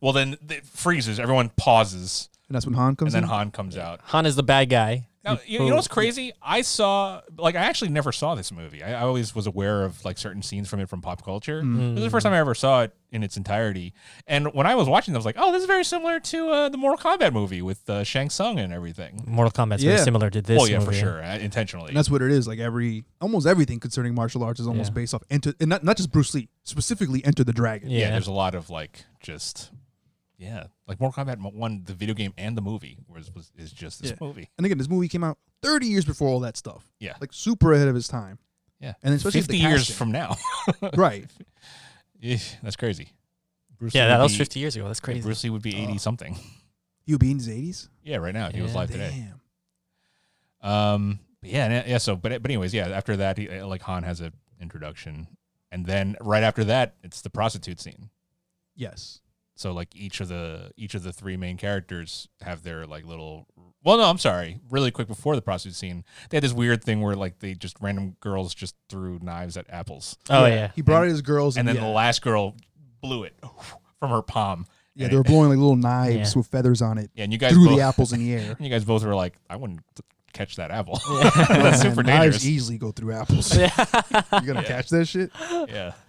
Speaker 1: Well, then it freezes. Everyone pauses,
Speaker 5: And that's when Han
Speaker 1: and
Speaker 5: comes
Speaker 1: then
Speaker 4: Mm-hmm.
Speaker 5: in.
Speaker 1: Han comes out.
Speaker 4: Han is the bad guy.
Speaker 1: Now, you, you know what's crazy? I saw like I actually never saw this movie. I, I always was aware of like certain scenes from it from pop culture.
Speaker 5: Mm.
Speaker 1: This is the first time I ever saw it in its entirety. And when I was watching, it, I was like, "Oh, this is very similar to uh, the Mortal Kombat movie with uh, Shang Tsung and everything."
Speaker 4: Mortal Kombat's
Speaker 5: Yeah.
Speaker 4: very similar to this.
Speaker 1: Well, yeah, for
Speaker 4: movie.
Speaker 1: sure, uh, intentionally.
Speaker 5: And that's what it is. Like every, almost everything concerning martial arts is almost
Speaker 4: Yeah.
Speaker 5: based off enter, and not, not just Bruce Lee specifically Enter the Dragon.
Speaker 1: yeah.
Speaker 4: Yeah.
Speaker 1: there's a lot of like just yeah, like Mortal Kombat one, the video game and the movie was, was is just this
Speaker 5: Yeah.
Speaker 1: movie.
Speaker 5: And again, this movie came out 30 years before all that stuff.
Speaker 1: Yeah.
Speaker 5: like super ahead of his time.
Speaker 1: Yeah,
Speaker 5: And especially the
Speaker 1: fifty years
Speaker 5: casting.
Speaker 1: from now, (laughs)
Speaker 4: (laughs)
Speaker 5: Right.
Speaker 1: Eh, that's crazy. Bruce
Speaker 4: Yeah,
Speaker 1: Lee
Speaker 4: that
Speaker 1: would
Speaker 4: was
Speaker 1: be-
Speaker 4: 50 years ago. That's
Speaker 1: yeah,
Speaker 4: crazy.
Speaker 1: Bruce Lee would be
Speaker 5: Oh.
Speaker 1: eighty something. (laughs)
Speaker 5: He would be in his 80s.
Speaker 1: Yeah, right now if he was
Speaker 4: Yeah,
Speaker 1: live today.
Speaker 5: Damn.
Speaker 1: Um, but yeah, and- yeah. So, but but anyways, yeah. After that, he, uh, like Han has a introduction, and then right after that, it's the prostitute scene.
Speaker 5: Yes.
Speaker 1: So like each of the each of the three main characters have their like little. Well, no, I'm sorry. Really quick before the prostitute scene, they had this weird thing where like they just random girls just threw knives at apples,
Speaker 4: Oh yeah.
Speaker 5: He brought his girls,
Speaker 1: and then
Speaker 5: yeah.
Speaker 1: the last girl blew it (laughs) from her palm.
Speaker 5: Yeah,
Speaker 1: And
Speaker 5: they were
Speaker 1: it-
Speaker 5: blowing like little knives
Speaker 4: Yeah.
Speaker 5: with feathers on it
Speaker 1: yeah, and you guys
Speaker 5: through
Speaker 1: both,
Speaker 5: the apples in the air.
Speaker 1: You guys both were like, I wouldn't catch that apple. (laughs) That's super
Speaker 5: Man, knives
Speaker 1: dangerous.
Speaker 5: easily go through
Speaker 4: (laughs)
Speaker 5: apples. you gonna catch that shit?
Speaker 1: yeah. (laughs)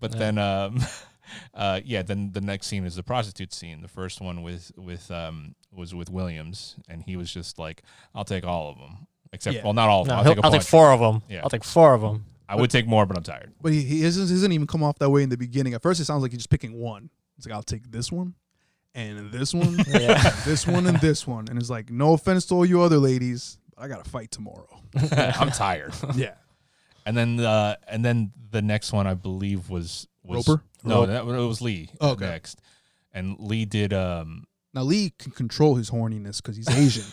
Speaker 1: But then, um, (laughs) uh, yeah, then the next scene is the prostitute scene. The first one with with um was with Williams, and he was just like, "I'll take all of them, except
Speaker 5: Yeah.
Speaker 1: well, not all of
Speaker 4: No,
Speaker 1: them.
Speaker 4: I'll,
Speaker 1: I'll take a
Speaker 4: I'll take
Speaker 1: bunch.
Speaker 4: four of them.
Speaker 1: Yeah.
Speaker 4: I'll take four of them.
Speaker 1: I would take more, but I'm
Speaker 4: (laughs)
Speaker 1: tired." (laughs)
Speaker 5: But he, he isn't, he doesn't even come off that way in the beginning. At first, it sounds like he's just picking one. It's like I'll take this one, and this one,
Speaker 4: (laughs) Yeah.
Speaker 5: and (laughs) this one, and this one. And it's like, no offense to all you other ladies, but I gotta fight tomorrow.
Speaker 1: I'm tired.
Speaker 5: yeah,
Speaker 1: And then, uh, and then the next one I believe was, was
Speaker 5: Roper?
Speaker 1: No,
Speaker 5: Rope.
Speaker 1: that it was Lee.
Speaker 5: Oh, okay.
Speaker 1: Next, and Lee did um
Speaker 5: Now Lee can control his horniness because he's Asian.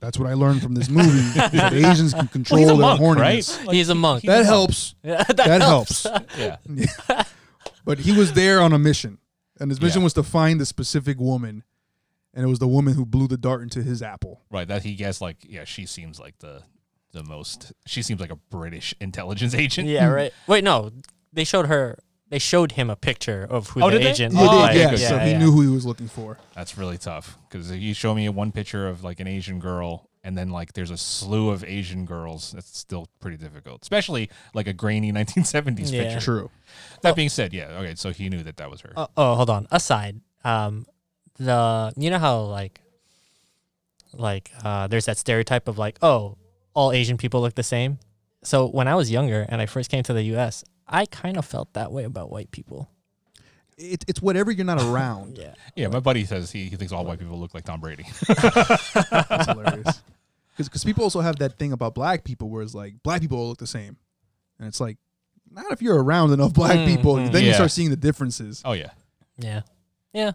Speaker 5: That's what I learned from this movie. is that Asians can
Speaker 1: well,
Speaker 5: control
Speaker 1: he's a
Speaker 5: their
Speaker 1: monk,
Speaker 5: horniness.
Speaker 1: right?
Speaker 4: He's a monk.
Speaker 5: That helps.
Speaker 4: Yeah, that,
Speaker 5: That
Speaker 4: helps.
Speaker 5: helps.
Speaker 1: Yeah.
Speaker 5: But he was there on a mission, and his mission
Speaker 1: Yeah.
Speaker 5: was to find the specific woman, and it was the woman who blew the dart into his apple.
Speaker 1: Right. That he guessed like, yeah, she seems like the the most she seems like a British intelligence agent.
Speaker 4: Yeah, right. Wait, no. They showed her. They showed him a picture of who
Speaker 1: Oh,
Speaker 4: the
Speaker 1: did they?
Speaker 4: agent.
Speaker 5: They
Speaker 1: Oh,
Speaker 5: did,
Speaker 4: looked like.
Speaker 1: okay,
Speaker 5: yeah,
Speaker 1: good.
Speaker 5: so
Speaker 4: yeah,
Speaker 5: he
Speaker 4: yeah.
Speaker 5: knew who he was looking for.
Speaker 1: That's really tough. Because if you show me one picture of like an Asian girl and then like there's a slew of Asian girls, that's still pretty difficult. Especially like a grainy (laughs) nineteen seventies
Speaker 4: Yeah.
Speaker 1: picture.
Speaker 5: True.
Speaker 1: That being said, yeah, okay, so he knew that that was her.
Speaker 4: Uh, oh, hold on. Aside, um, the you know how like, like uh, there's that stereotype of like, oh, all Asian people look the same. So when I was younger and I first came to the U.S., I kind of felt that way about white people.
Speaker 5: It, it's whatever
Speaker 1: (laughs)
Speaker 5: you're not around.
Speaker 4: Yeah.
Speaker 1: yeah, my buddy says he, he thinks all white people look like Tom Brady. (laughs)
Speaker 5: That's hilarious. Because because people also have that thing about black people where it's like black people all look the same, and it's like not if you're around enough black people, then you
Speaker 1: Mm, Yeah.
Speaker 5: start seeing the differences.
Speaker 1: (laughs) Oh yeah.
Speaker 4: Yeah. Yeah.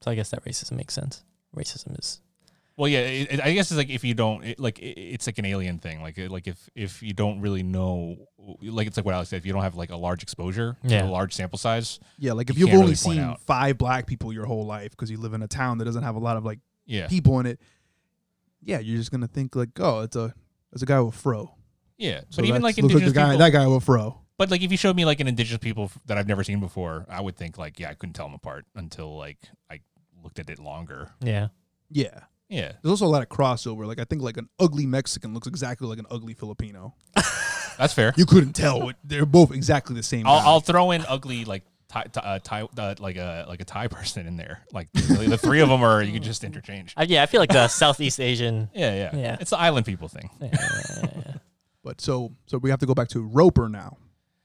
Speaker 4: So I guess that racism makes sense. Racism is
Speaker 1: Well, yeah. It, it- I guess it's like if you don't it, like, it, it's like an alien thing. Like, it- like if if you don't really know, like it's like what Alex said. If you don't have like a large exposure,
Speaker 4: Yeah.
Speaker 1: a large sample size,
Speaker 5: Yeah, like if
Speaker 1: You
Speaker 5: you have
Speaker 1: can't
Speaker 5: only
Speaker 1: really point
Speaker 5: seen
Speaker 1: out.
Speaker 5: five black people your whole life because you live in a town that doesn't have a lot of like
Speaker 1: yeah,
Speaker 5: people in it, yeah, you're just gonna think like, oh, it's a it's a guy with a fro.
Speaker 1: yeah.
Speaker 5: So
Speaker 1: But even
Speaker 5: that's-
Speaker 1: like
Speaker 5: looks
Speaker 1: indigenous
Speaker 5: the guy,
Speaker 1: people,
Speaker 5: that guy with a fro.
Speaker 1: but like if you showed me like an indigenous people f- that I've never seen before, I would think like, yeah, I couldn't tell them apart until like I looked at it longer.
Speaker 4: Yeah.
Speaker 5: Yeah,
Speaker 1: Yeah,
Speaker 5: there's also a lot of crossover. Like I think like an ugly Mexican looks exactly like an ugly Filipino.
Speaker 1: that's fair.
Speaker 5: You couldn't tell. What, they're both exactly the same.
Speaker 1: I'll,
Speaker 5: guy.
Speaker 1: I'll throw in ugly like Thai, Thai- uh, Thai uh, like a like a Thai (laughs) person in there. Like the, the three of them are you could just interchange.
Speaker 4: I, yeah, I feel like
Speaker 1: (laughs)
Speaker 4: the Southeast Asian
Speaker 1: Yeah, yeah,
Speaker 4: Yeah.
Speaker 1: It's the island people thing.
Speaker 5: but so so we have to go back to Roper now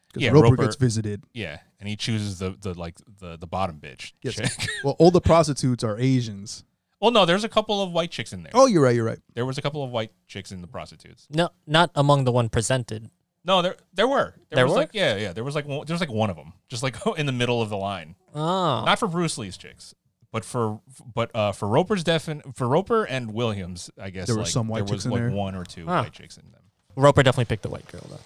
Speaker 5: because
Speaker 1: Yeah,
Speaker 5: Roper,
Speaker 1: Roper-
Speaker 5: gets visited.
Speaker 1: Yeah, and he chooses the the like the the bottom bitch.
Speaker 5: Yes.
Speaker 1: chick. (laughs)
Speaker 5: (laughs) Well, all the prostitutes are Asians.
Speaker 1: well, no, there's a couple of white chicks in there.
Speaker 5: Oh, you're right. You're right.
Speaker 1: There was a couple of white chicks in the prostitutes.
Speaker 4: No not among the one presented.
Speaker 1: No, there there were.
Speaker 4: There
Speaker 1: was
Speaker 4: were?
Speaker 1: like yeah, yeah. There was like one, there was like one of them, just like (laughs) in the middle of the line.
Speaker 4: Oh.
Speaker 1: Not for Bruce Lee's chicks, but for but uh for Roper's defin for Roper and Williams, I guess
Speaker 5: There were
Speaker 1: like,
Speaker 5: some white
Speaker 1: there was
Speaker 5: chicks in
Speaker 1: like
Speaker 5: there.
Speaker 1: one or two
Speaker 4: Huh.
Speaker 1: white chicks in them.
Speaker 4: Roper definitely picked the white girl though.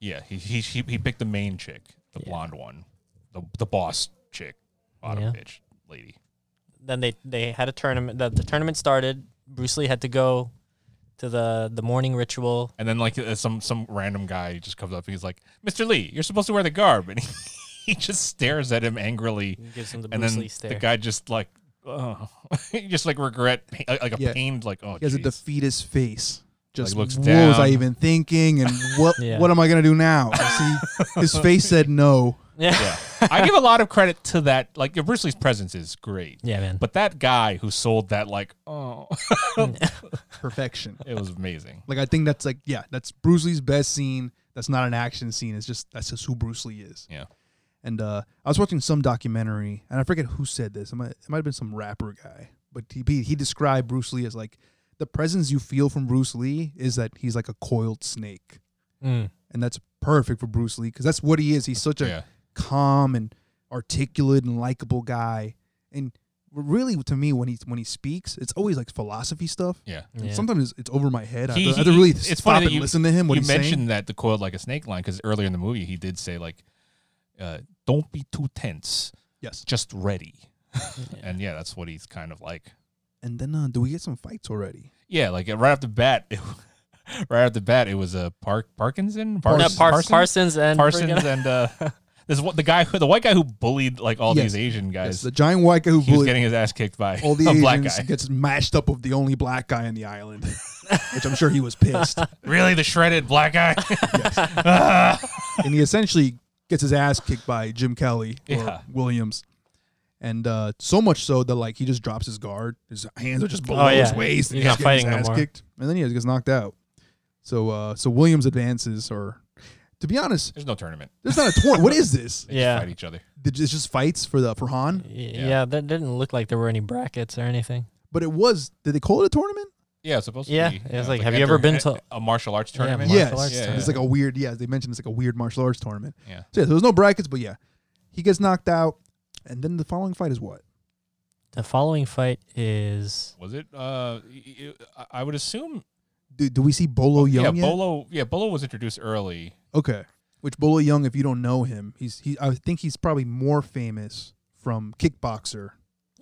Speaker 1: Yeah, he he he, he picked the main chick, the blonde one, the the boss chick, bottom
Speaker 4: Yeah.
Speaker 1: bitch lady.
Speaker 4: Then they, they had a tournament the, the tournament started. Bruce Lee had to go to the, the morning ritual.
Speaker 1: And then like uh, some some random guy just comes up and he's like, "Mr. Lee, you're supposed to wear the garb," (laughs) and he, he just stares at him angrily.
Speaker 4: Gives him the
Speaker 1: and
Speaker 4: Bruce
Speaker 1: then
Speaker 4: Lee stare.
Speaker 1: the guy just like, (laughs) oh, he just like regret, pa- uh, like a
Speaker 5: Yeah.
Speaker 1: pained, like oh,
Speaker 5: He has a
Speaker 1: jeez."
Speaker 5: defeatist face. Just
Speaker 1: looks
Speaker 5: what was
Speaker 1: down.
Speaker 5: I even thinking? And what
Speaker 4: Yeah.
Speaker 5: what am I gonna do
Speaker 1: (laughs)
Speaker 5: now? See, his face said no.
Speaker 4: (laughs) yeah.
Speaker 1: yeah. I give a lot of credit to that. Like Bruce Lee's presence is great.
Speaker 4: Yeah, man.
Speaker 1: But that guy who sold that, like, oh,
Speaker 5: Perfection.
Speaker 1: it was amazing.
Speaker 5: Like I think that's like yeah, that's Bruce Lee's best scene. That's not an action scene. It's just that's just who Bruce Lee is.
Speaker 1: Yeah.
Speaker 5: And uh, I was watching some documentary, and I forget who said this. It might, it might have been some rapper guy, but he he he described Bruce Lee as like the presence you feel from Bruce Lee is that he's like a coiled snake,
Speaker 4: Mm.
Speaker 5: and that's perfect for Bruce Lee because that's what he is. He's such a
Speaker 1: Yeah.
Speaker 5: calm and articulate and likable guy. And really, to me, when he when he speaks, it's always like philosophy stuff.
Speaker 1: Yeah.
Speaker 5: And
Speaker 4: Yeah.
Speaker 5: Sometimes it's, it's over my head. I
Speaker 1: He-
Speaker 5: have to, I have
Speaker 1: he-
Speaker 5: to really
Speaker 1: it's funny
Speaker 5: stop
Speaker 1: that
Speaker 5: and
Speaker 1: you-
Speaker 5: listen to him. What
Speaker 1: you
Speaker 5: he's
Speaker 1: mentioned
Speaker 5: saying.
Speaker 1: that the coiled like a snake line because earlier in the movie he did say like, uh, "Don't be too tense,
Speaker 5: Yes.
Speaker 1: just ready," and yeah, that's what he's kind of like.
Speaker 5: And then uh, do we get some fights already?
Speaker 1: Yeah, like uh, right off the bat, (laughs) right off the bat, it was a uh, Park Parkinson,
Speaker 4: No,
Speaker 1: Parsons,
Speaker 4: Par- Parsons and
Speaker 1: Parsons
Speaker 4: friggin-
Speaker 1: and uh, (laughs) this what the guy, who, the white guy who bullied like all
Speaker 5: Yes.
Speaker 1: these Asian
Speaker 5: Yes,
Speaker 1: guys.
Speaker 5: the giant white guy who
Speaker 1: he was
Speaker 5: bullied
Speaker 1: getting his ass kicked by (laughs)
Speaker 5: all the
Speaker 1: a
Speaker 5: Asians
Speaker 1: black guy.
Speaker 5: gets mashed up with the only black guy on
Speaker 1: (laughs)
Speaker 5: the island, which I'm sure he was pissed.
Speaker 1: Really, the shredded black
Speaker 4: (laughs)
Speaker 1: guy.
Speaker 5: and he essentially gets his ass kicked by Jim Kelly or
Speaker 1: Yeah.
Speaker 5: Williams. And uh, so much so that like he just drops his guard, his hands are
Speaker 1: Oh,
Speaker 5: just below his
Speaker 4: yeah.
Speaker 5: waist, and
Speaker 4: He's
Speaker 5: he's
Speaker 4: not
Speaker 5: getting
Speaker 4: fighting
Speaker 5: his
Speaker 4: no
Speaker 5: ass
Speaker 4: more.
Speaker 5: kicked, and then he just gets knocked out. So uh, so Williams advances, or to be honest,
Speaker 1: There's no tournament.
Speaker 5: there's not a tournament. what is this?
Speaker 1: They
Speaker 4: Yeah.
Speaker 1: just fight each other.
Speaker 5: It's just fights for the for Han,
Speaker 4: yeah. yeah, there didn't look like there were any brackets or anything.
Speaker 5: but it was did they call it a tournament?
Speaker 1: Yeah, it's supposed
Speaker 4: Yeah,
Speaker 1: to be.
Speaker 4: it's like, have you ever been to-
Speaker 1: a, a martial arts tournament?
Speaker 4: Martial
Speaker 5: yes,
Speaker 4: arts
Speaker 1: Yeah,
Speaker 5: it's
Speaker 1: yeah.
Speaker 5: like a weird. Yeah, they mentioned it's like a weird martial arts tournament.
Speaker 1: Yeah.
Speaker 5: So yeah, there was no brackets, but yeah, he gets knocked out, and then the following fight is what?
Speaker 4: The following fight is
Speaker 1: Was it? Uh, y- y- I would assume.
Speaker 5: Do, do we see Bolo Young?
Speaker 1: yeah,
Speaker 5: yet?
Speaker 1: Bolo. Yeah, Bolo was introduced early.
Speaker 5: Okay. Which Bolo Young, if you don't know him, he's he. I think he's probably more famous from Kickboxer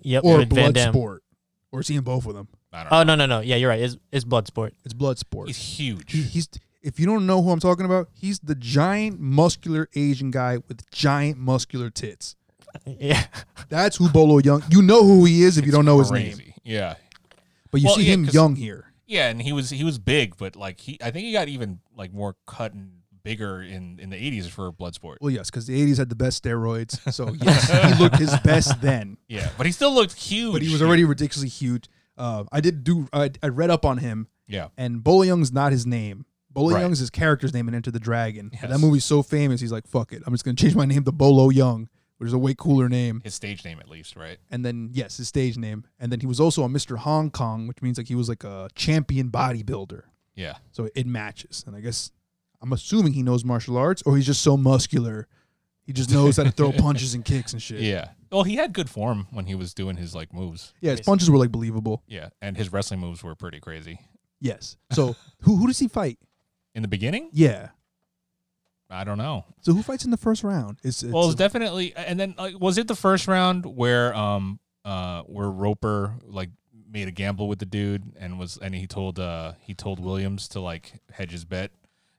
Speaker 4: yep
Speaker 5: or
Speaker 4: with Van Damme.
Speaker 5: Bloodsport, or seeing both of them.
Speaker 1: I
Speaker 5: Uh,
Speaker 1: don't know.
Speaker 4: Oh no no no yeah you're right it's, it's Bloodsport (laughs)
Speaker 5: It's Bloodsport.
Speaker 1: He's huge.
Speaker 5: He, he's if you don't know who I'm talking about, he's the giant muscular Asian guy with giant muscular tits.
Speaker 4: yeah
Speaker 5: That's who Bolo Young. You know who he is if you don't know his name,
Speaker 1: Crazy. Yeah.
Speaker 5: but you
Speaker 1: Well,
Speaker 5: see
Speaker 1: yeah,
Speaker 5: him
Speaker 1: 'cause-
Speaker 5: young here.
Speaker 1: Yeah, and he was he was big, but like he, I think he got even like more cut and bigger in in the '80s for Bloodsport.
Speaker 5: Well, yes, because the '80s had the best steroids,
Speaker 1: (laughs)
Speaker 5: so yes, he looked his best then.
Speaker 1: Yeah, but he still looked huge.
Speaker 5: But he was already ridiculously huge. Uh, I did do. I, I read up on him.
Speaker 1: Yeah.
Speaker 5: and Bolo Young's not his name. Bolo
Speaker 1: Right.
Speaker 5: Young's his character's name in Enter the Dragon. But
Speaker 1: Yes.
Speaker 5: That movie's so famous, he's like, fuck it. I'm just going to change my name to Bolo Young, which is a way cooler name.
Speaker 1: His stage name, at least, right?
Speaker 5: And then yes, his stage name. And then he was also a Mr. Hong Kong, which means like he was like a champion bodybuilder.
Speaker 1: Yeah.
Speaker 5: So it matches. And I guess I'm assuming he knows martial arts or he's just so muscular. He just knows how
Speaker 1: (laughs)
Speaker 5: to throw punches and kicks and shit.
Speaker 1: Yeah. Well, he had good form when he was doing his like moves.
Speaker 5: Yeah, his punches were like believable.
Speaker 1: Yeah, and his wrestling moves were pretty crazy.
Speaker 5: Yes.
Speaker 1: (laughs)
Speaker 5: So who who does he fight?
Speaker 1: In the beginning,
Speaker 5: Yeah.
Speaker 1: I don't know.
Speaker 5: So who fights in the first round? It's, it's
Speaker 1: well, it's definitely. And then, like, was it the first round where um uh where Roper like made a gamble with the dude and was and he told uh he told Williams to like hedge his bet.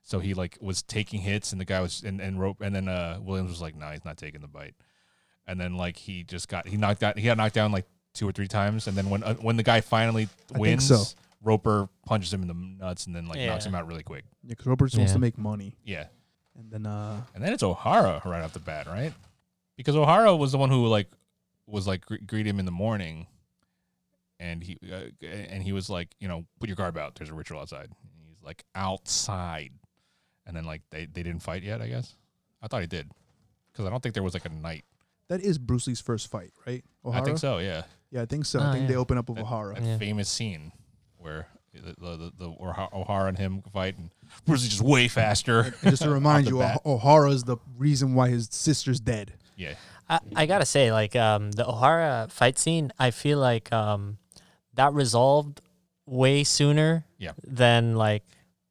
Speaker 1: So he like was taking hits and the guy was and and rope and then uh Williams was like, no, he's not taking the bite. And then like he just got he knocked out he got knocked down like two or three times and then when uh, when the guy finally
Speaker 5: think
Speaker 1: wins,
Speaker 5: so.
Speaker 1: Roper punches him in the nuts and then like knocks
Speaker 4: Yeah.
Speaker 1: him out really quick.
Speaker 5: because Roberts wants
Speaker 4: Yeah.
Speaker 5: to make money,
Speaker 1: Yeah.
Speaker 5: and then uh,
Speaker 1: And then it's O'Hara right off the bat, right? Because O'Hara was the one who like was like gre- greet him in the morning, and he uh, and he was like, you know, put your garb out. There's a ritual outside. And he's like outside, and then like they they didn't fight yet. I guess I thought he did because I don't think there was like a night.
Speaker 5: that is Bruce Lee's first fight, right?
Speaker 1: I think so. Ah, Yeah,
Speaker 5: Yeah, I think so. I
Speaker 4: Oh,
Speaker 5: think
Speaker 4: yeah.
Speaker 5: they open up with O'Hara.
Speaker 1: that famous scene where. The, the, the, the O'Hara O'Hara and him fight, and Bruce is just way
Speaker 5: (laughs)
Speaker 1: faster.
Speaker 5: And
Speaker 1: (laughs)
Speaker 5: just to remind
Speaker 1: the
Speaker 5: you,
Speaker 1: bat.
Speaker 5: O'Hara is the reason why his sister's dead.
Speaker 1: yeah,
Speaker 4: I, I gotta say, like um, the O'Hara fight scene, I feel like um, that resolved way sooner
Speaker 1: Yeah.
Speaker 4: than like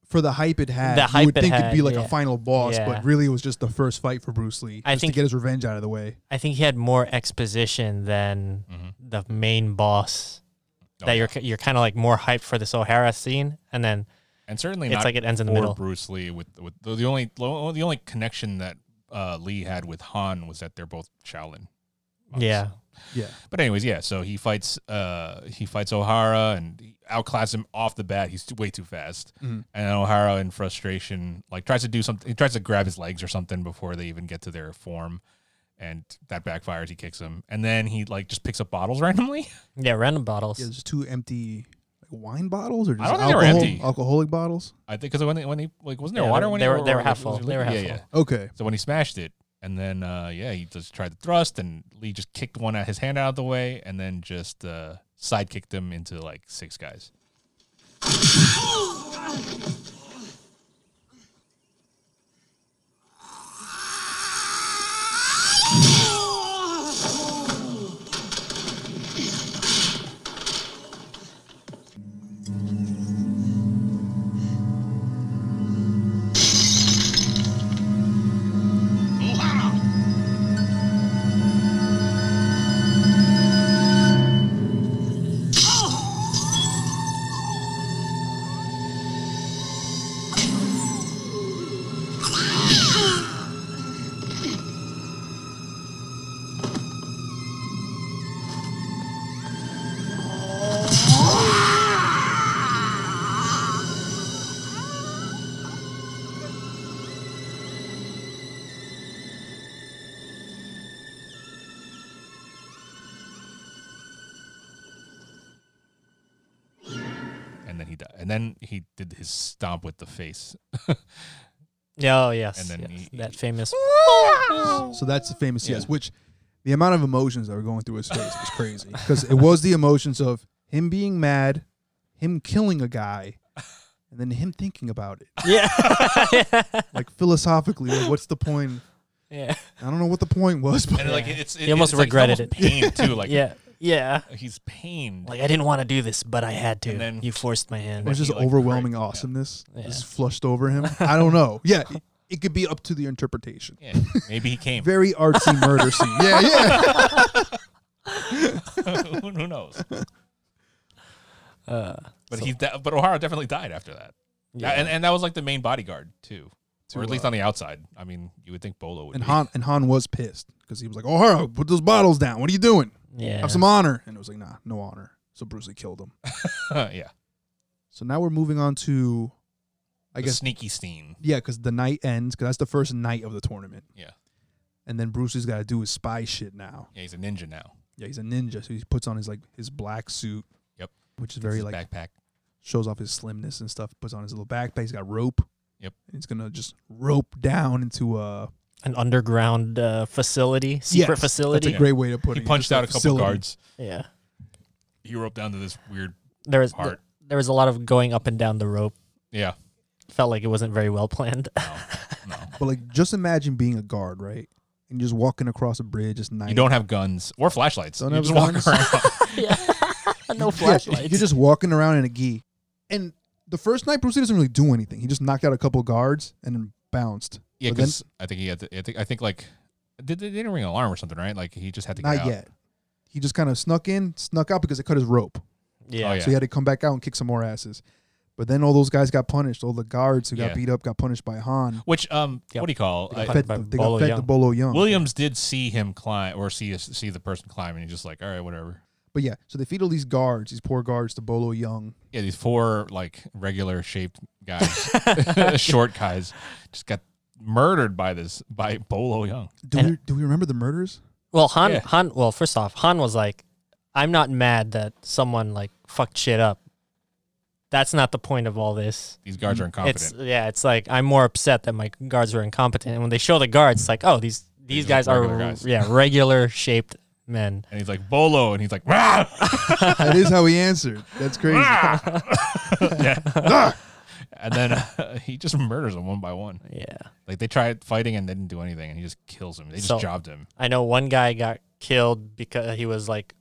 Speaker 5: For the hype it had,
Speaker 4: The
Speaker 5: you
Speaker 4: hype
Speaker 5: would
Speaker 4: it
Speaker 5: think it'd
Speaker 4: had,
Speaker 5: be like a
Speaker 4: yeah.
Speaker 5: final boss,
Speaker 4: Yeah.
Speaker 5: but really it was just the first fight for Bruce Lee,
Speaker 4: I
Speaker 5: just
Speaker 4: think-
Speaker 5: to get his revenge out of the way.
Speaker 4: I think he had more exposition than the main boss.
Speaker 1: Mm-hmm. Oh,
Speaker 4: that
Speaker 1: yeah.
Speaker 4: you're ki- you're kind of like more hyped for this O'Hara scene, and then
Speaker 1: and certainly
Speaker 4: It's
Speaker 1: not
Speaker 4: like it ends in the
Speaker 1: for
Speaker 4: middle.
Speaker 1: Bruce Lee with with the, the only lo- the only connection that uh, Lee had with Han was that they're both Shaolin. monks.
Speaker 4: yeah,
Speaker 5: Yeah,
Speaker 1: But anyways, yeah. So he fights uh, he fights O'Hara and he outclass him off the bat. He's too, way too fast.
Speaker 5: Mhm.
Speaker 1: And O'Hara, in frustration, like tries to do something. He tries to grab his legs or something before they even get to their form. And that backfires. He kicks him, and then he like just picks up bottles (laughs) randomly.
Speaker 4: yeah, random bottles.
Speaker 5: yeah, just two empty like, wine bottles or just
Speaker 1: don't think they were
Speaker 5: alcohol-
Speaker 1: empty.
Speaker 5: alcoholic bottles.
Speaker 1: I think because when they, when he like wasn't there
Speaker 4: Yeah,
Speaker 1: water
Speaker 4: they-
Speaker 1: when
Speaker 4: they
Speaker 1: he,
Speaker 4: were-
Speaker 1: or-
Speaker 4: they were
Speaker 1: or-
Speaker 4: half
Speaker 1: or-
Speaker 4: full. They were
Speaker 1: yeah,
Speaker 4: half
Speaker 1: yeah.
Speaker 4: full.
Speaker 5: Okay,
Speaker 1: So when he smashed it, and then uh, yeah, he just tried to thrust, and Lee just kicked one out his hand out of the way, and then just uh, sidekicked him into like six guys. And then he died. And then he did his stomp with the face.
Speaker 4: Yeah, oh yes,
Speaker 1: And then
Speaker 4: yes,
Speaker 1: he- (laughs)
Speaker 4: that famous. (laughs)
Speaker 5: so that's the famous
Speaker 1: Yeah.
Speaker 5: yes, which the amount of emotions that were going through his face was crazy because it was the emotions of him being mad, him killing a guy, and then him thinking about it.
Speaker 4: yeah,
Speaker 5: like philosophically, like, what's the point?
Speaker 4: yeah,
Speaker 5: I don't know what the point was, but
Speaker 1: And like it's it,
Speaker 4: He almost
Speaker 1: it's, like,
Speaker 4: regretted
Speaker 1: almost Pain too. (laughs) Like
Speaker 4: (laughs) yeah, yeah.
Speaker 1: he's pained.
Speaker 4: Like I didn't want to do this, but I had to.
Speaker 1: And then-
Speaker 4: you forced my hand.
Speaker 5: it was
Speaker 1: he,
Speaker 5: just
Speaker 1: like,
Speaker 5: overwhelming
Speaker 1: cried. Yeah.
Speaker 5: awesomeness
Speaker 4: Yeah.
Speaker 5: just flushed over him. I don't know. (laughs) Yeah, it, it could be up to the interpretation.
Speaker 1: yeah, maybe he
Speaker 5: (laughs)
Speaker 1: came. (laughs)
Speaker 5: Very artsy murder scene. Yeah, yeah.
Speaker 1: who, who knows?
Speaker 4: Uh,
Speaker 1: but he de- but O'Hara definitely died after that. Yeah. And and that was like the main bodyguard too. or at least on the outside. I mean, you would think Bolo would
Speaker 5: And
Speaker 1: be.
Speaker 5: Han and Han was pissed because he was like, "Oh, Haro, put those bottles down. What are you doing?
Speaker 4: yeah,
Speaker 5: Have some honor." And it was like, "Nah, no honor." So Bruce Lee killed him.
Speaker 1: (laughs) yeah.
Speaker 5: So now we're moving on to, I
Speaker 1: I
Speaker 5: guess,
Speaker 1: guess sneaky steen.
Speaker 5: yeah, because the night ends because that's the first night of the tournament,
Speaker 1: Yeah.
Speaker 5: and then Bruce Lee's got to do his spy shit now.
Speaker 1: Yeah, he's a ninja now.
Speaker 5: Yeah, he's a ninja, so he puts on his like his black suit.
Speaker 1: Yep.
Speaker 5: Which is
Speaker 1: It's
Speaker 5: very
Speaker 1: his
Speaker 5: like
Speaker 1: backpack.
Speaker 5: shows off his slimness and stuff. Puts on his little backpack. He's got rope.
Speaker 1: Yep.
Speaker 5: And he's gonna just rope down into uh
Speaker 4: an underground uh, facility, secret
Speaker 5: Yes,
Speaker 4: facility.
Speaker 5: That's a great way to put
Speaker 1: He
Speaker 5: it.
Speaker 1: punched
Speaker 5: Just
Speaker 1: out a couple
Speaker 5: facility.
Speaker 1: guards.
Speaker 4: yeah,
Speaker 1: He roped down to this weird
Speaker 4: there was
Speaker 1: Part.
Speaker 4: there was a lot of going up and down the rope.
Speaker 1: yeah.
Speaker 4: Felt like it wasn't very well (laughs) planned.
Speaker 5: (laughs) But like, just imagine being a guard, right? And just walking across a bridge, just night.
Speaker 1: You don't have guns or flashlights.
Speaker 5: Don't
Speaker 1: you
Speaker 5: have
Speaker 1: just
Speaker 5: guns. (laughs)
Speaker 1: walk around. (laughs)
Speaker 4: (laughs) no
Speaker 5: Yeah,
Speaker 4: flashlights.
Speaker 5: You're just walking around in a gi. And the first night, Bruce Lee doesn't really do anything. He just knocked out a couple guards and then bounced.
Speaker 1: yeah,
Speaker 5: But then-
Speaker 1: because I think he had. To, I think I think like did they they didn't ring an alarm or something, right? Like he just had to get
Speaker 5: not
Speaker 1: out.
Speaker 5: yet. He just kind of snuck in, snuck out because they cut his rope.
Speaker 4: yeah.
Speaker 1: Oh yeah.
Speaker 5: So he had to come back out and kick some more asses. But then all those guys got punished. All the guards who
Speaker 1: Yeah.
Speaker 5: got beat up got punished by Han.
Speaker 1: Which um,
Speaker 4: Yeah.
Speaker 1: what do you call?
Speaker 4: They
Speaker 1: I-
Speaker 4: got
Speaker 5: Fed
Speaker 4: by
Speaker 5: the, they
Speaker 4: Bolo
Speaker 5: got fed
Speaker 4: Young.
Speaker 5: to Bolo Young.
Speaker 1: Williams did see him climb or see see the person climb, and he's just like, all right, whatever.
Speaker 5: But yeah, so they feed all these guards, these poor guards, to Bolo Young.
Speaker 1: Yeah, these four like regular shaped guys, (laughs) short guys, just got murdered by this by Bolo Young.
Speaker 5: Do
Speaker 4: And-
Speaker 5: we do we remember the murders?
Speaker 4: Well, Han,
Speaker 1: Yeah.
Speaker 4: Han. Well, first off, Han was like, "I'm not mad that someone like fucked shit up. That's not the point of all this.
Speaker 1: These guards are
Speaker 4: It's
Speaker 1: incompetent.
Speaker 4: yeah. It's like I'm more upset that my guards were incompetent. And when they show the guards, it's like, oh, these
Speaker 1: These
Speaker 4: these
Speaker 1: are
Speaker 4: guys are
Speaker 1: regular guys.
Speaker 4: yeah regular shaped men.
Speaker 1: and he's like Bolo, and he's like, "Rah!"
Speaker 5: that is how he answered. That's crazy.
Speaker 1: (laughs) Ah! yeah. and then uh, he just murders them one by one.
Speaker 4: Yeah.
Speaker 1: Like they tried fighting and they didn't do anything, and he just kills him. They just
Speaker 4: So-
Speaker 1: jobbed him.
Speaker 4: I know one guy got killed because he was like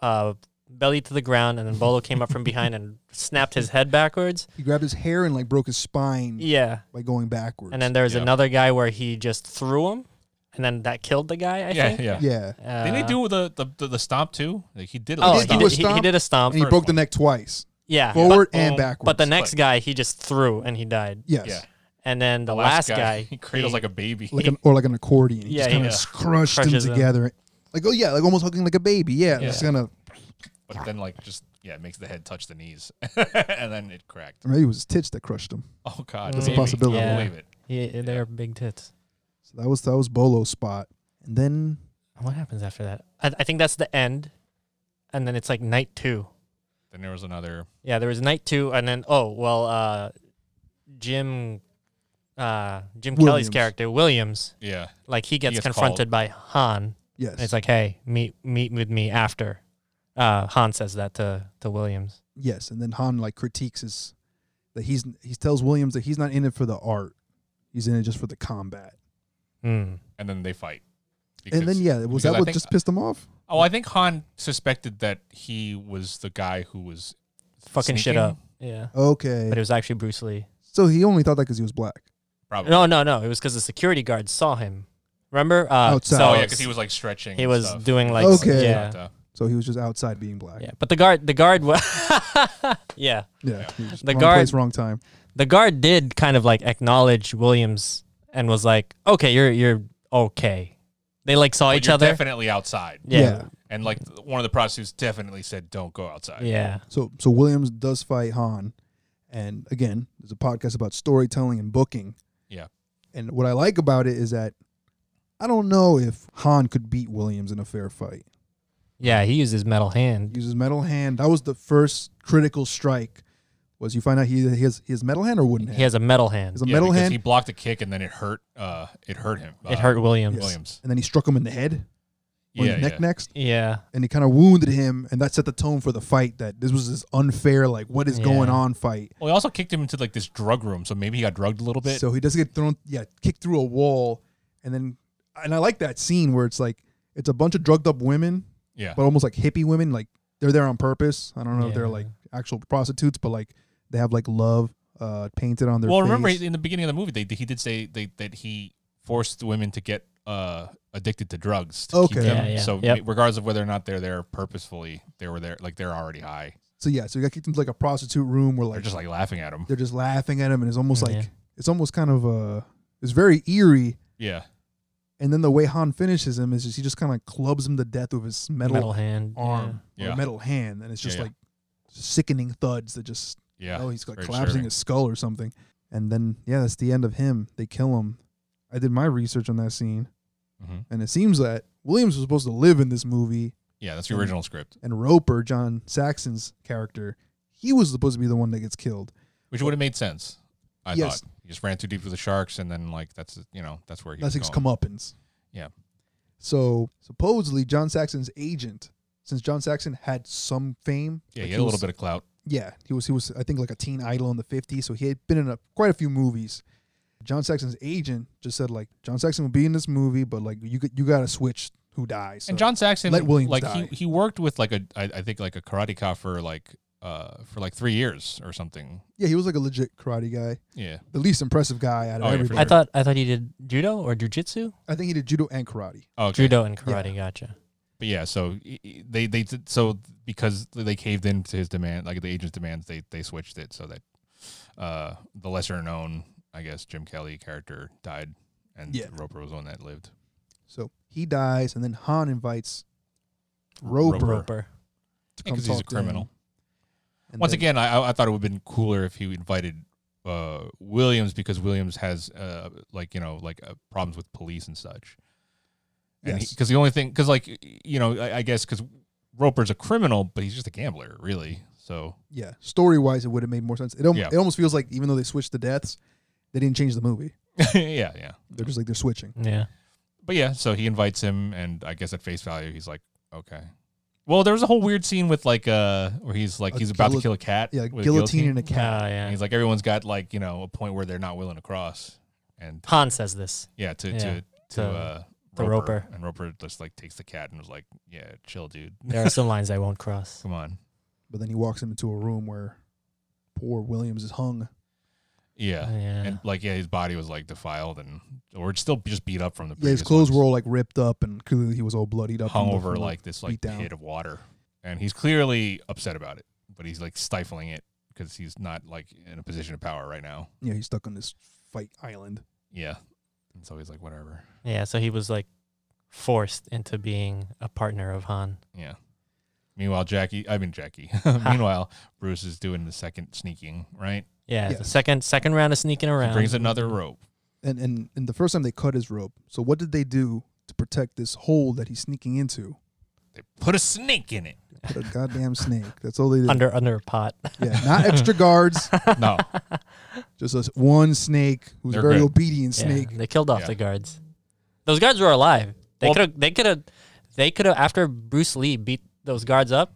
Speaker 4: uh, belly to the ground, and then Bolo came up from behind and snapped his head backwards.
Speaker 5: (laughs) He grabbed his hair and like broke his spine
Speaker 4: Yeah.
Speaker 5: by going backwards.
Speaker 4: And then there was
Speaker 1: Yeah.
Speaker 4: another guy where he just threw him, and then that killed the guy. I
Speaker 1: Yeah,
Speaker 4: think.
Speaker 1: yeah.
Speaker 5: yeah,
Speaker 4: Uh,
Speaker 1: Didn't he do the the, the, the stomp too? Like he did. a
Speaker 4: Oh,
Speaker 1: little
Speaker 4: he
Speaker 5: Did he
Speaker 1: stomp.
Speaker 5: do a
Speaker 4: did, he, he
Speaker 5: stomp?
Speaker 4: did a stomp.
Speaker 5: and he
Speaker 1: first
Speaker 5: broke the
Speaker 1: one.
Speaker 5: neck twice,
Speaker 4: yeah,
Speaker 5: forward
Speaker 1: But-
Speaker 5: and
Speaker 1: um,
Speaker 5: backwards.
Speaker 4: But the next
Speaker 1: Like-
Speaker 4: guy, he just threw, and he died.
Speaker 5: yes,
Speaker 1: Yeah.
Speaker 4: And then the, last, guy,
Speaker 1: (laughs) he cradles like a baby.
Speaker 5: like an, or like an accordion. He
Speaker 4: Yeah,
Speaker 5: just kind of
Speaker 1: yeah.
Speaker 5: crushed them
Speaker 4: Crushes them.
Speaker 5: together. Like oh yeah, like almost hugging like a baby. Yeah,
Speaker 1: Yeah.
Speaker 5: just kind of
Speaker 1: but then like just yeah, it makes the head touch the knees, (laughs) and then it cracked.
Speaker 5: maybe it was his tits that crushed him.
Speaker 1: Oh god,
Speaker 4: That's
Speaker 5: a
Speaker 1: maybe.
Speaker 5: possibility.
Speaker 1: I don't
Speaker 4: Yeah.
Speaker 1: believe it.
Speaker 4: he, they're big tits.
Speaker 5: So that was that was Bolo's spot, and then
Speaker 4: What happens after that? I, I think that's the end, and then it's like night two.
Speaker 1: Then there was another.
Speaker 4: Yeah, there was night two, and then oh well, uh, Jim, uh, Jim Kelly's
Speaker 5: Williams.
Speaker 4: character Williams,
Speaker 1: Yeah,
Speaker 4: like he gets
Speaker 1: gets
Speaker 4: confronted by Han,
Speaker 5: yes,
Speaker 4: And it's like, hey, meet meet with me after. Uh, Han says that to to Williams.
Speaker 5: yes, and then Han like critiques his that he's he tells Williams that he's not in it for the art, he's in it just for the combat.
Speaker 4: Mm.
Speaker 1: and then they fight.
Speaker 5: and then
Speaker 1: Because-
Speaker 5: yeah, was
Speaker 1: because
Speaker 5: that
Speaker 1: I
Speaker 5: what
Speaker 1: think-
Speaker 5: just pissed him off?
Speaker 1: Oh, I think Han suspected that he was the guy who was
Speaker 4: Fucking shit
Speaker 1: sneaking?
Speaker 4: up. Yeah.
Speaker 5: Okay,
Speaker 4: But it was actually Bruce Lee.
Speaker 5: so he only thought that because he was black.
Speaker 1: Probably.
Speaker 4: No, no, no. It was because the security guard saw him. Remember? Uh,
Speaker 5: Outside.
Speaker 4: So
Speaker 1: oh yeah, because he was like stretching.
Speaker 4: he
Speaker 1: and
Speaker 4: was
Speaker 1: stuff.
Speaker 4: doing like
Speaker 5: Okay.
Speaker 4: yeah,
Speaker 1: Not, uh,
Speaker 5: So he was just outside being black.
Speaker 4: yeah. But the guard, the guard was (laughs) yeah.
Speaker 5: Yeah, he was
Speaker 4: The
Speaker 5: wrong
Speaker 4: guard-
Speaker 5: place, wrong time.
Speaker 4: The guard did kind of like acknowledge Williams and was like, okay, you're you're okay. They like saw
Speaker 1: but
Speaker 4: each
Speaker 1: you're
Speaker 4: other.
Speaker 1: definitely outside.
Speaker 4: yeah.
Speaker 1: And like th- one of the prostitutes definitely said, "Don't go outside."
Speaker 4: Yeah.
Speaker 5: So so Williams does fight Han, and again, there's a podcast about storytelling and booking.
Speaker 1: Yeah.
Speaker 5: And what I like about it is that I don't know if Han could beat Williams in a fair fight.
Speaker 4: Yeah. He used his metal hand.
Speaker 5: Uses metal hand. That was the first critical strike. Was you find out he he has, he has metal hand or wooden hand?
Speaker 4: He has a metal
Speaker 5: He
Speaker 4: hand.
Speaker 5: has a
Speaker 1: Yeah,
Speaker 5: metal
Speaker 1: because
Speaker 5: hand,
Speaker 1: He blocked a kick and then it hurt. Uh, it hurt him.
Speaker 4: It
Speaker 1: uh,
Speaker 4: hurt Williams.
Speaker 5: Yes.
Speaker 1: Williams.
Speaker 5: and then he struck him in the head or
Speaker 1: Yeah,
Speaker 5: the neck
Speaker 1: yeah.
Speaker 5: next,
Speaker 4: Yeah.
Speaker 5: and he kind of wounded him, and that set the tone for the fight. That this was this unfair, like what is going
Speaker 4: Yeah.
Speaker 5: on fight.
Speaker 1: Well, he also kicked him into like this drug room, so maybe he got drugged a little bit.
Speaker 5: So he doesn't get thrown, yeah, kicked through a wall, and then, and I like that scene where it's like it's a bunch of drugged up women,
Speaker 1: yeah,
Speaker 5: but almost like hippie women, like they're there on purpose. I don't know if they're
Speaker 4: Yeah.
Speaker 5: like actual prostitutes, but like they have like love uh painted on their.
Speaker 1: well, remember
Speaker 5: face.
Speaker 1: in the beginning of the movie, they, he did say they, that he forced women to get uh, addicted to drugs. To
Speaker 5: Okay.
Speaker 1: Keep them.
Speaker 4: Yeah, yeah.
Speaker 1: So
Speaker 4: Yep.
Speaker 1: regardless of whether or not they're there purposefully, they were there like they're already high.
Speaker 5: so yeah, so he got kicked into like a prostitute room where
Speaker 1: They're
Speaker 5: like
Speaker 1: just like laughing at him.
Speaker 5: they're just laughing at him, and it's almost
Speaker 4: Yeah.
Speaker 5: like it's almost kind of uh, it's very eerie.
Speaker 1: Yeah.
Speaker 5: And then the way Han finishes him is just he just kind of clubs him to death with his metal,
Speaker 4: metal hand.
Speaker 5: arm,
Speaker 1: Yeah.
Speaker 5: or
Speaker 1: Yeah.
Speaker 5: metal hand, and it's just
Speaker 1: Yeah, yeah.
Speaker 5: like sickening thuds that just
Speaker 1: Yeah.
Speaker 5: oh, he's like
Speaker 1: Very
Speaker 5: collapsing
Speaker 1: disturbing.
Speaker 5: his skull or something. And then, yeah, that's the end of him. They kill him. I did my research on that scene,
Speaker 1: Mhm.
Speaker 5: and it seems that Williams was supposed to live in this movie,
Speaker 1: Yeah, that's the original script,
Speaker 5: and Roper, John Saxon's character, he was supposed to be the one that gets killed.
Speaker 1: which would have made sense. I
Speaker 5: Yes.
Speaker 1: thought. just ran too deep with the sharks, and then like that's you know that's where he
Speaker 5: That's
Speaker 1: was
Speaker 5: his
Speaker 1: going.
Speaker 5: comeuppance.
Speaker 1: Yeah.
Speaker 5: So supposedly John Saxon's agent, since John Saxon had some fame,
Speaker 1: Yeah,
Speaker 5: like,
Speaker 1: he had a
Speaker 5: was-
Speaker 1: little bit of clout.
Speaker 5: Yeah, he was he was I think like a teen idol in the '50s, so he had been in a, quite a few movies. John Saxon's agent just said like John Saxon will be in this movie, but like you got- you got to switch who dies.
Speaker 1: and
Speaker 5: So
Speaker 1: John Saxon,
Speaker 5: let Williams
Speaker 1: like
Speaker 5: die.
Speaker 1: he he worked with like a I, I think like a karate cop for like uh for like three years or something.
Speaker 5: yeah, he was like a legit karate guy,
Speaker 1: Yeah,
Speaker 5: the least impressive guy out of
Speaker 1: Oh, yeah, for
Speaker 5: everybody.
Speaker 4: I thought I thought he did judo or jujitsu.
Speaker 5: I think he did judo and karate.
Speaker 1: oh, okay.
Speaker 4: Judo and karate. Gotcha.
Speaker 1: But yeah, so i- i- they they did- so because they caved into his demand, like the agent's demands, they they switched it so that uh the lesser known, I guess, Jim Kelly character died, and
Speaker 5: Yeah.
Speaker 1: Roper was the one that lived.
Speaker 5: So he dies, and then Han invites Roper,
Speaker 1: Roper.
Speaker 4: Roper.
Speaker 5: to come
Speaker 1: Because he's a
Speaker 5: talk to him.
Speaker 1: criminal.
Speaker 5: And
Speaker 1: Once
Speaker 5: then-
Speaker 1: again, I, I- I thought it would have been cooler if he invited uh, Williams because Williams has uh, like you know like uh, problems with police and such. And
Speaker 5: Yes.
Speaker 1: because the only thing because like y- you know I, I guess because Roper's a criminal, but he's just a gambler, really. So (laughs)
Speaker 5: yeah, story wise, it would have made more sense. It, al-
Speaker 1: Yeah.
Speaker 5: it almost feels like even though they switched the deaths, they didn't change the movie.
Speaker 1: yeah, yeah.
Speaker 5: They're just like they're switching.
Speaker 4: Yeah.
Speaker 1: But yeah, so he invites him, and I guess at face value, he's like, okay. Well, there was a whole weird scene with like uh where he's like
Speaker 5: A
Speaker 1: he's about to
Speaker 5: guillot-
Speaker 1: kill a cat.
Speaker 5: Yeah,
Speaker 1: with a
Speaker 5: guillotine and a cat.
Speaker 4: Ah,
Speaker 1: And
Speaker 4: yeah.
Speaker 1: he's like everyone's got like you know a point where they're not willing to cross, and
Speaker 4: Han says this.
Speaker 1: Yeah, to
Speaker 4: Yeah,
Speaker 1: to to
Speaker 4: to
Speaker 1: uh,
Speaker 4: the
Speaker 1: Roper.
Speaker 4: Roper.
Speaker 1: and Roper just like takes the cat and was like, "Yeah, chill, dude.
Speaker 4: (laughs) There are some lines I won't cross.
Speaker 1: Come on."
Speaker 5: But then he walks him into a room where poor Williams is hung.
Speaker 1: (laughs) Yeah.
Speaker 4: Yeah.
Speaker 1: and like yeah, his body was like defiled and or still just beat up from the
Speaker 5: Yeah, his
Speaker 1: previous
Speaker 5: clothes
Speaker 1: ones.
Speaker 5: were all like ripped up, and clearly he was all bloodied up. from
Speaker 1: hung
Speaker 5: the-
Speaker 1: over
Speaker 5: from the-
Speaker 1: like this like
Speaker 5: beat down.
Speaker 1: pit of water, and he's clearly upset about it, but he's like stifling it because he's not like in a position of power right now.
Speaker 5: yeah, he's stuck on this fight island.
Speaker 1: Yeah, and so he's like, whatever.
Speaker 4: Yeah. So he was like forced into being a partner of Han.
Speaker 1: Yeah. Meanwhile, Jackie, I mean
Speaker 4: (laughs)
Speaker 1: Jackie. (laughs) Meanwhile, Bruce is doing the second sneaking. Right,
Speaker 4: Yeah. The
Speaker 5: Yes.
Speaker 4: second second round of sneaking around.
Speaker 1: he brings another rope.
Speaker 5: And and and the first time they cut his rope. So what did they do to protect this hole that he's sneaking into?
Speaker 1: They put a snake in it.
Speaker 5: Put a goddamn snake. That's all they
Speaker 1: (laughs)
Speaker 5: did.
Speaker 4: under under a pot.
Speaker 5: Yeah, not extra guards.
Speaker 1: No,
Speaker 5: just this one snake who's
Speaker 1: They're
Speaker 5: a very
Speaker 1: good.
Speaker 5: obedient
Speaker 4: Yeah,
Speaker 5: snake.
Speaker 4: they killed off
Speaker 1: Yeah.
Speaker 4: the guards. Those guards were alive. They
Speaker 1: Well-
Speaker 4: could have. They could have. They could have. After Bruce Lee beat those guards up,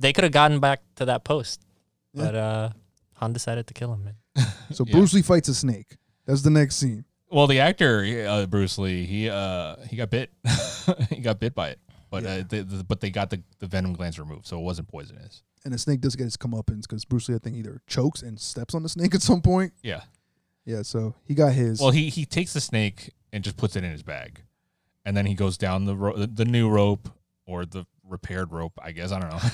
Speaker 4: they could have gotten back to that post.
Speaker 5: Yeah.
Speaker 4: But uh, Han decided to kill him. Man.
Speaker 5: So
Speaker 1: Yeah.
Speaker 5: Bruce Lee fights a snake. That's the next scene.
Speaker 1: Well, the actor uh, Bruce Lee, he uh he got bit, (laughs) he got bit by it, but uh, the, the, but they got the, the venom glands removed, so it wasn't poisonous.
Speaker 5: And the snake does get his comeuppance because Bruce Lee, I think, either chokes and steps on the snake (laughs) at some point.
Speaker 1: Yeah.
Speaker 5: Yeah, so he got his.
Speaker 1: Well, he he takes the snake and just puts it in his bag, and then he goes down the ro- the, the new rope or the repaired rope, I guess I don't know, (laughs)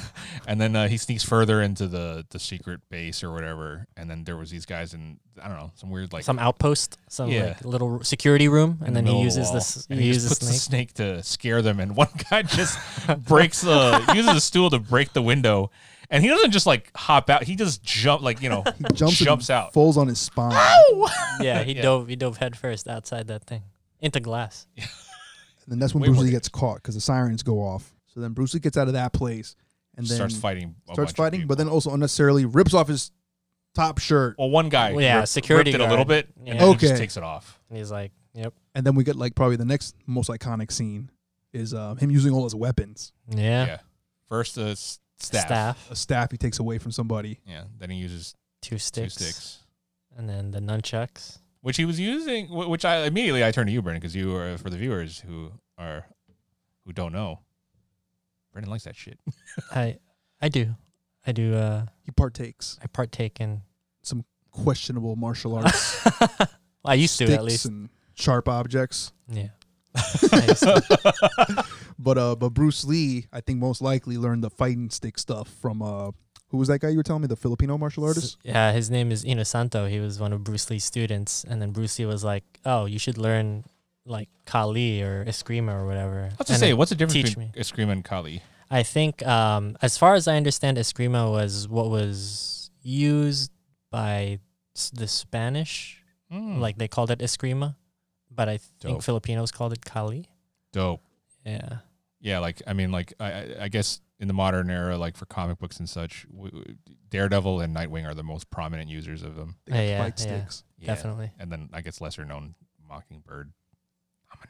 Speaker 1: and then uh, he sneaks further into the the secret base or whatever, and then there was these guys in I don't know some weird like
Speaker 4: Some outpost, some
Speaker 1: Yeah.
Speaker 4: like little r- security room,
Speaker 1: in
Speaker 4: and
Speaker 1: the
Speaker 4: then he
Speaker 1: middle of the
Speaker 4: uses
Speaker 1: wall,
Speaker 4: this.
Speaker 1: and
Speaker 4: he
Speaker 1: just
Speaker 4: uses
Speaker 1: puts (laughs)
Speaker 4: snake.
Speaker 1: the snake to scare them, and (laughs) one guy just breaks the uses a stool to break the window, and he doesn't just like hop out. He just jump like you know
Speaker 5: he (laughs) (laughs) jumps, and
Speaker 1: jumps out.
Speaker 5: falls on his spine.
Speaker 4: (laughs) Yeah, he
Speaker 1: Yeah.
Speaker 4: dove. He dove headfirst outside that thing into glass.
Speaker 5: And then that's when
Speaker 1: Way
Speaker 5: Bruce
Speaker 1: more
Speaker 5: Lee
Speaker 1: than-
Speaker 5: gets caught because the sirens go off. So then Bruce Lee gets out of that place and then
Speaker 1: starts fighting. a bunch
Speaker 5: starts
Speaker 1: of
Speaker 5: fighting, but
Speaker 1: people.
Speaker 5: then also unnecessarily rips off his top shirt.
Speaker 1: well, one guy
Speaker 4: Well, yeah,
Speaker 1: ripped,
Speaker 4: security
Speaker 1: ripped it a little
Speaker 4: guard.
Speaker 1: bit, and
Speaker 4: Yeah.
Speaker 1: then he just
Speaker 5: Okay.
Speaker 1: takes it off.
Speaker 4: And he's like, "Yep,
Speaker 5: And then we get like probably the next most iconic scene is uh, him using all his weapons.
Speaker 4: yeah,
Speaker 1: Yeah, first the s- staff.
Speaker 5: A staff he takes away from somebody.
Speaker 1: yeah. Then he uses
Speaker 4: two sticks,
Speaker 1: two sticks.
Speaker 4: and then the nunchucks."
Speaker 1: Which he was using, wh- which I immediately I turned to you, Brendan, because you are for the viewers who are who don't know. Brendan likes that shit.
Speaker 4: I, I do, I do. Uh,
Speaker 5: He partakes
Speaker 4: I
Speaker 1: (laughs)
Speaker 4: partake in
Speaker 5: some questionable martial arts.
Speaker 4: (laughs) I used to at
Speaker 5: sticks
Speaker 4: least.
Speaker 5: and sharp objects.
Speaker 1: (laughs)
Speaker 4: Yeah. I (laughs) used to.
Speaker 5: But uh, but Bruce Lee, I think most likely learned the fighting stick stuff from uh, who was that guy you were telling me, the Filipino martial artist?
Speaker 4: yeah, his name is Inosanto. He was one of Bruce Lee's students, and then Bruce Lee was like, "Oh, you should learn like Kali or Eskrima or whatever."
Speaker 1: I'll
Speaker 4: And
Speaker 1: just say,
Speaker 4: it-
Speaker 1: what's the difference
Speaker 4: teach
Speaker 1: between Eskrima and Kali?
Speaker 4: I think, um, as far as I understand, Eskrima was what was used by s- the Spanish,
Speaker 1: Mm.
Speaker 4: like they called it Eskrima, but I think
Speaker 1: Dope.
Speaker 4: Filipinos called it Kali.
Speaker 1: dope.
Speaker 4: Yeah,
Speaker 1: Yeah, like I mean, like I, I- I guess in the modern era, like for comic books and such, w- w- Daredevil and Nightwing are the most prominent users of them.
Speaker 5: They got
Speaker 4: Yeah,
Speaker 5: fight
Speaker 4: yeah.
Speaker 5: sticks.
Speaker 1: Yeah.
Speaker 4: Definitely.
Speaker 1: And then I guess lesser known Mockingbird. I'm a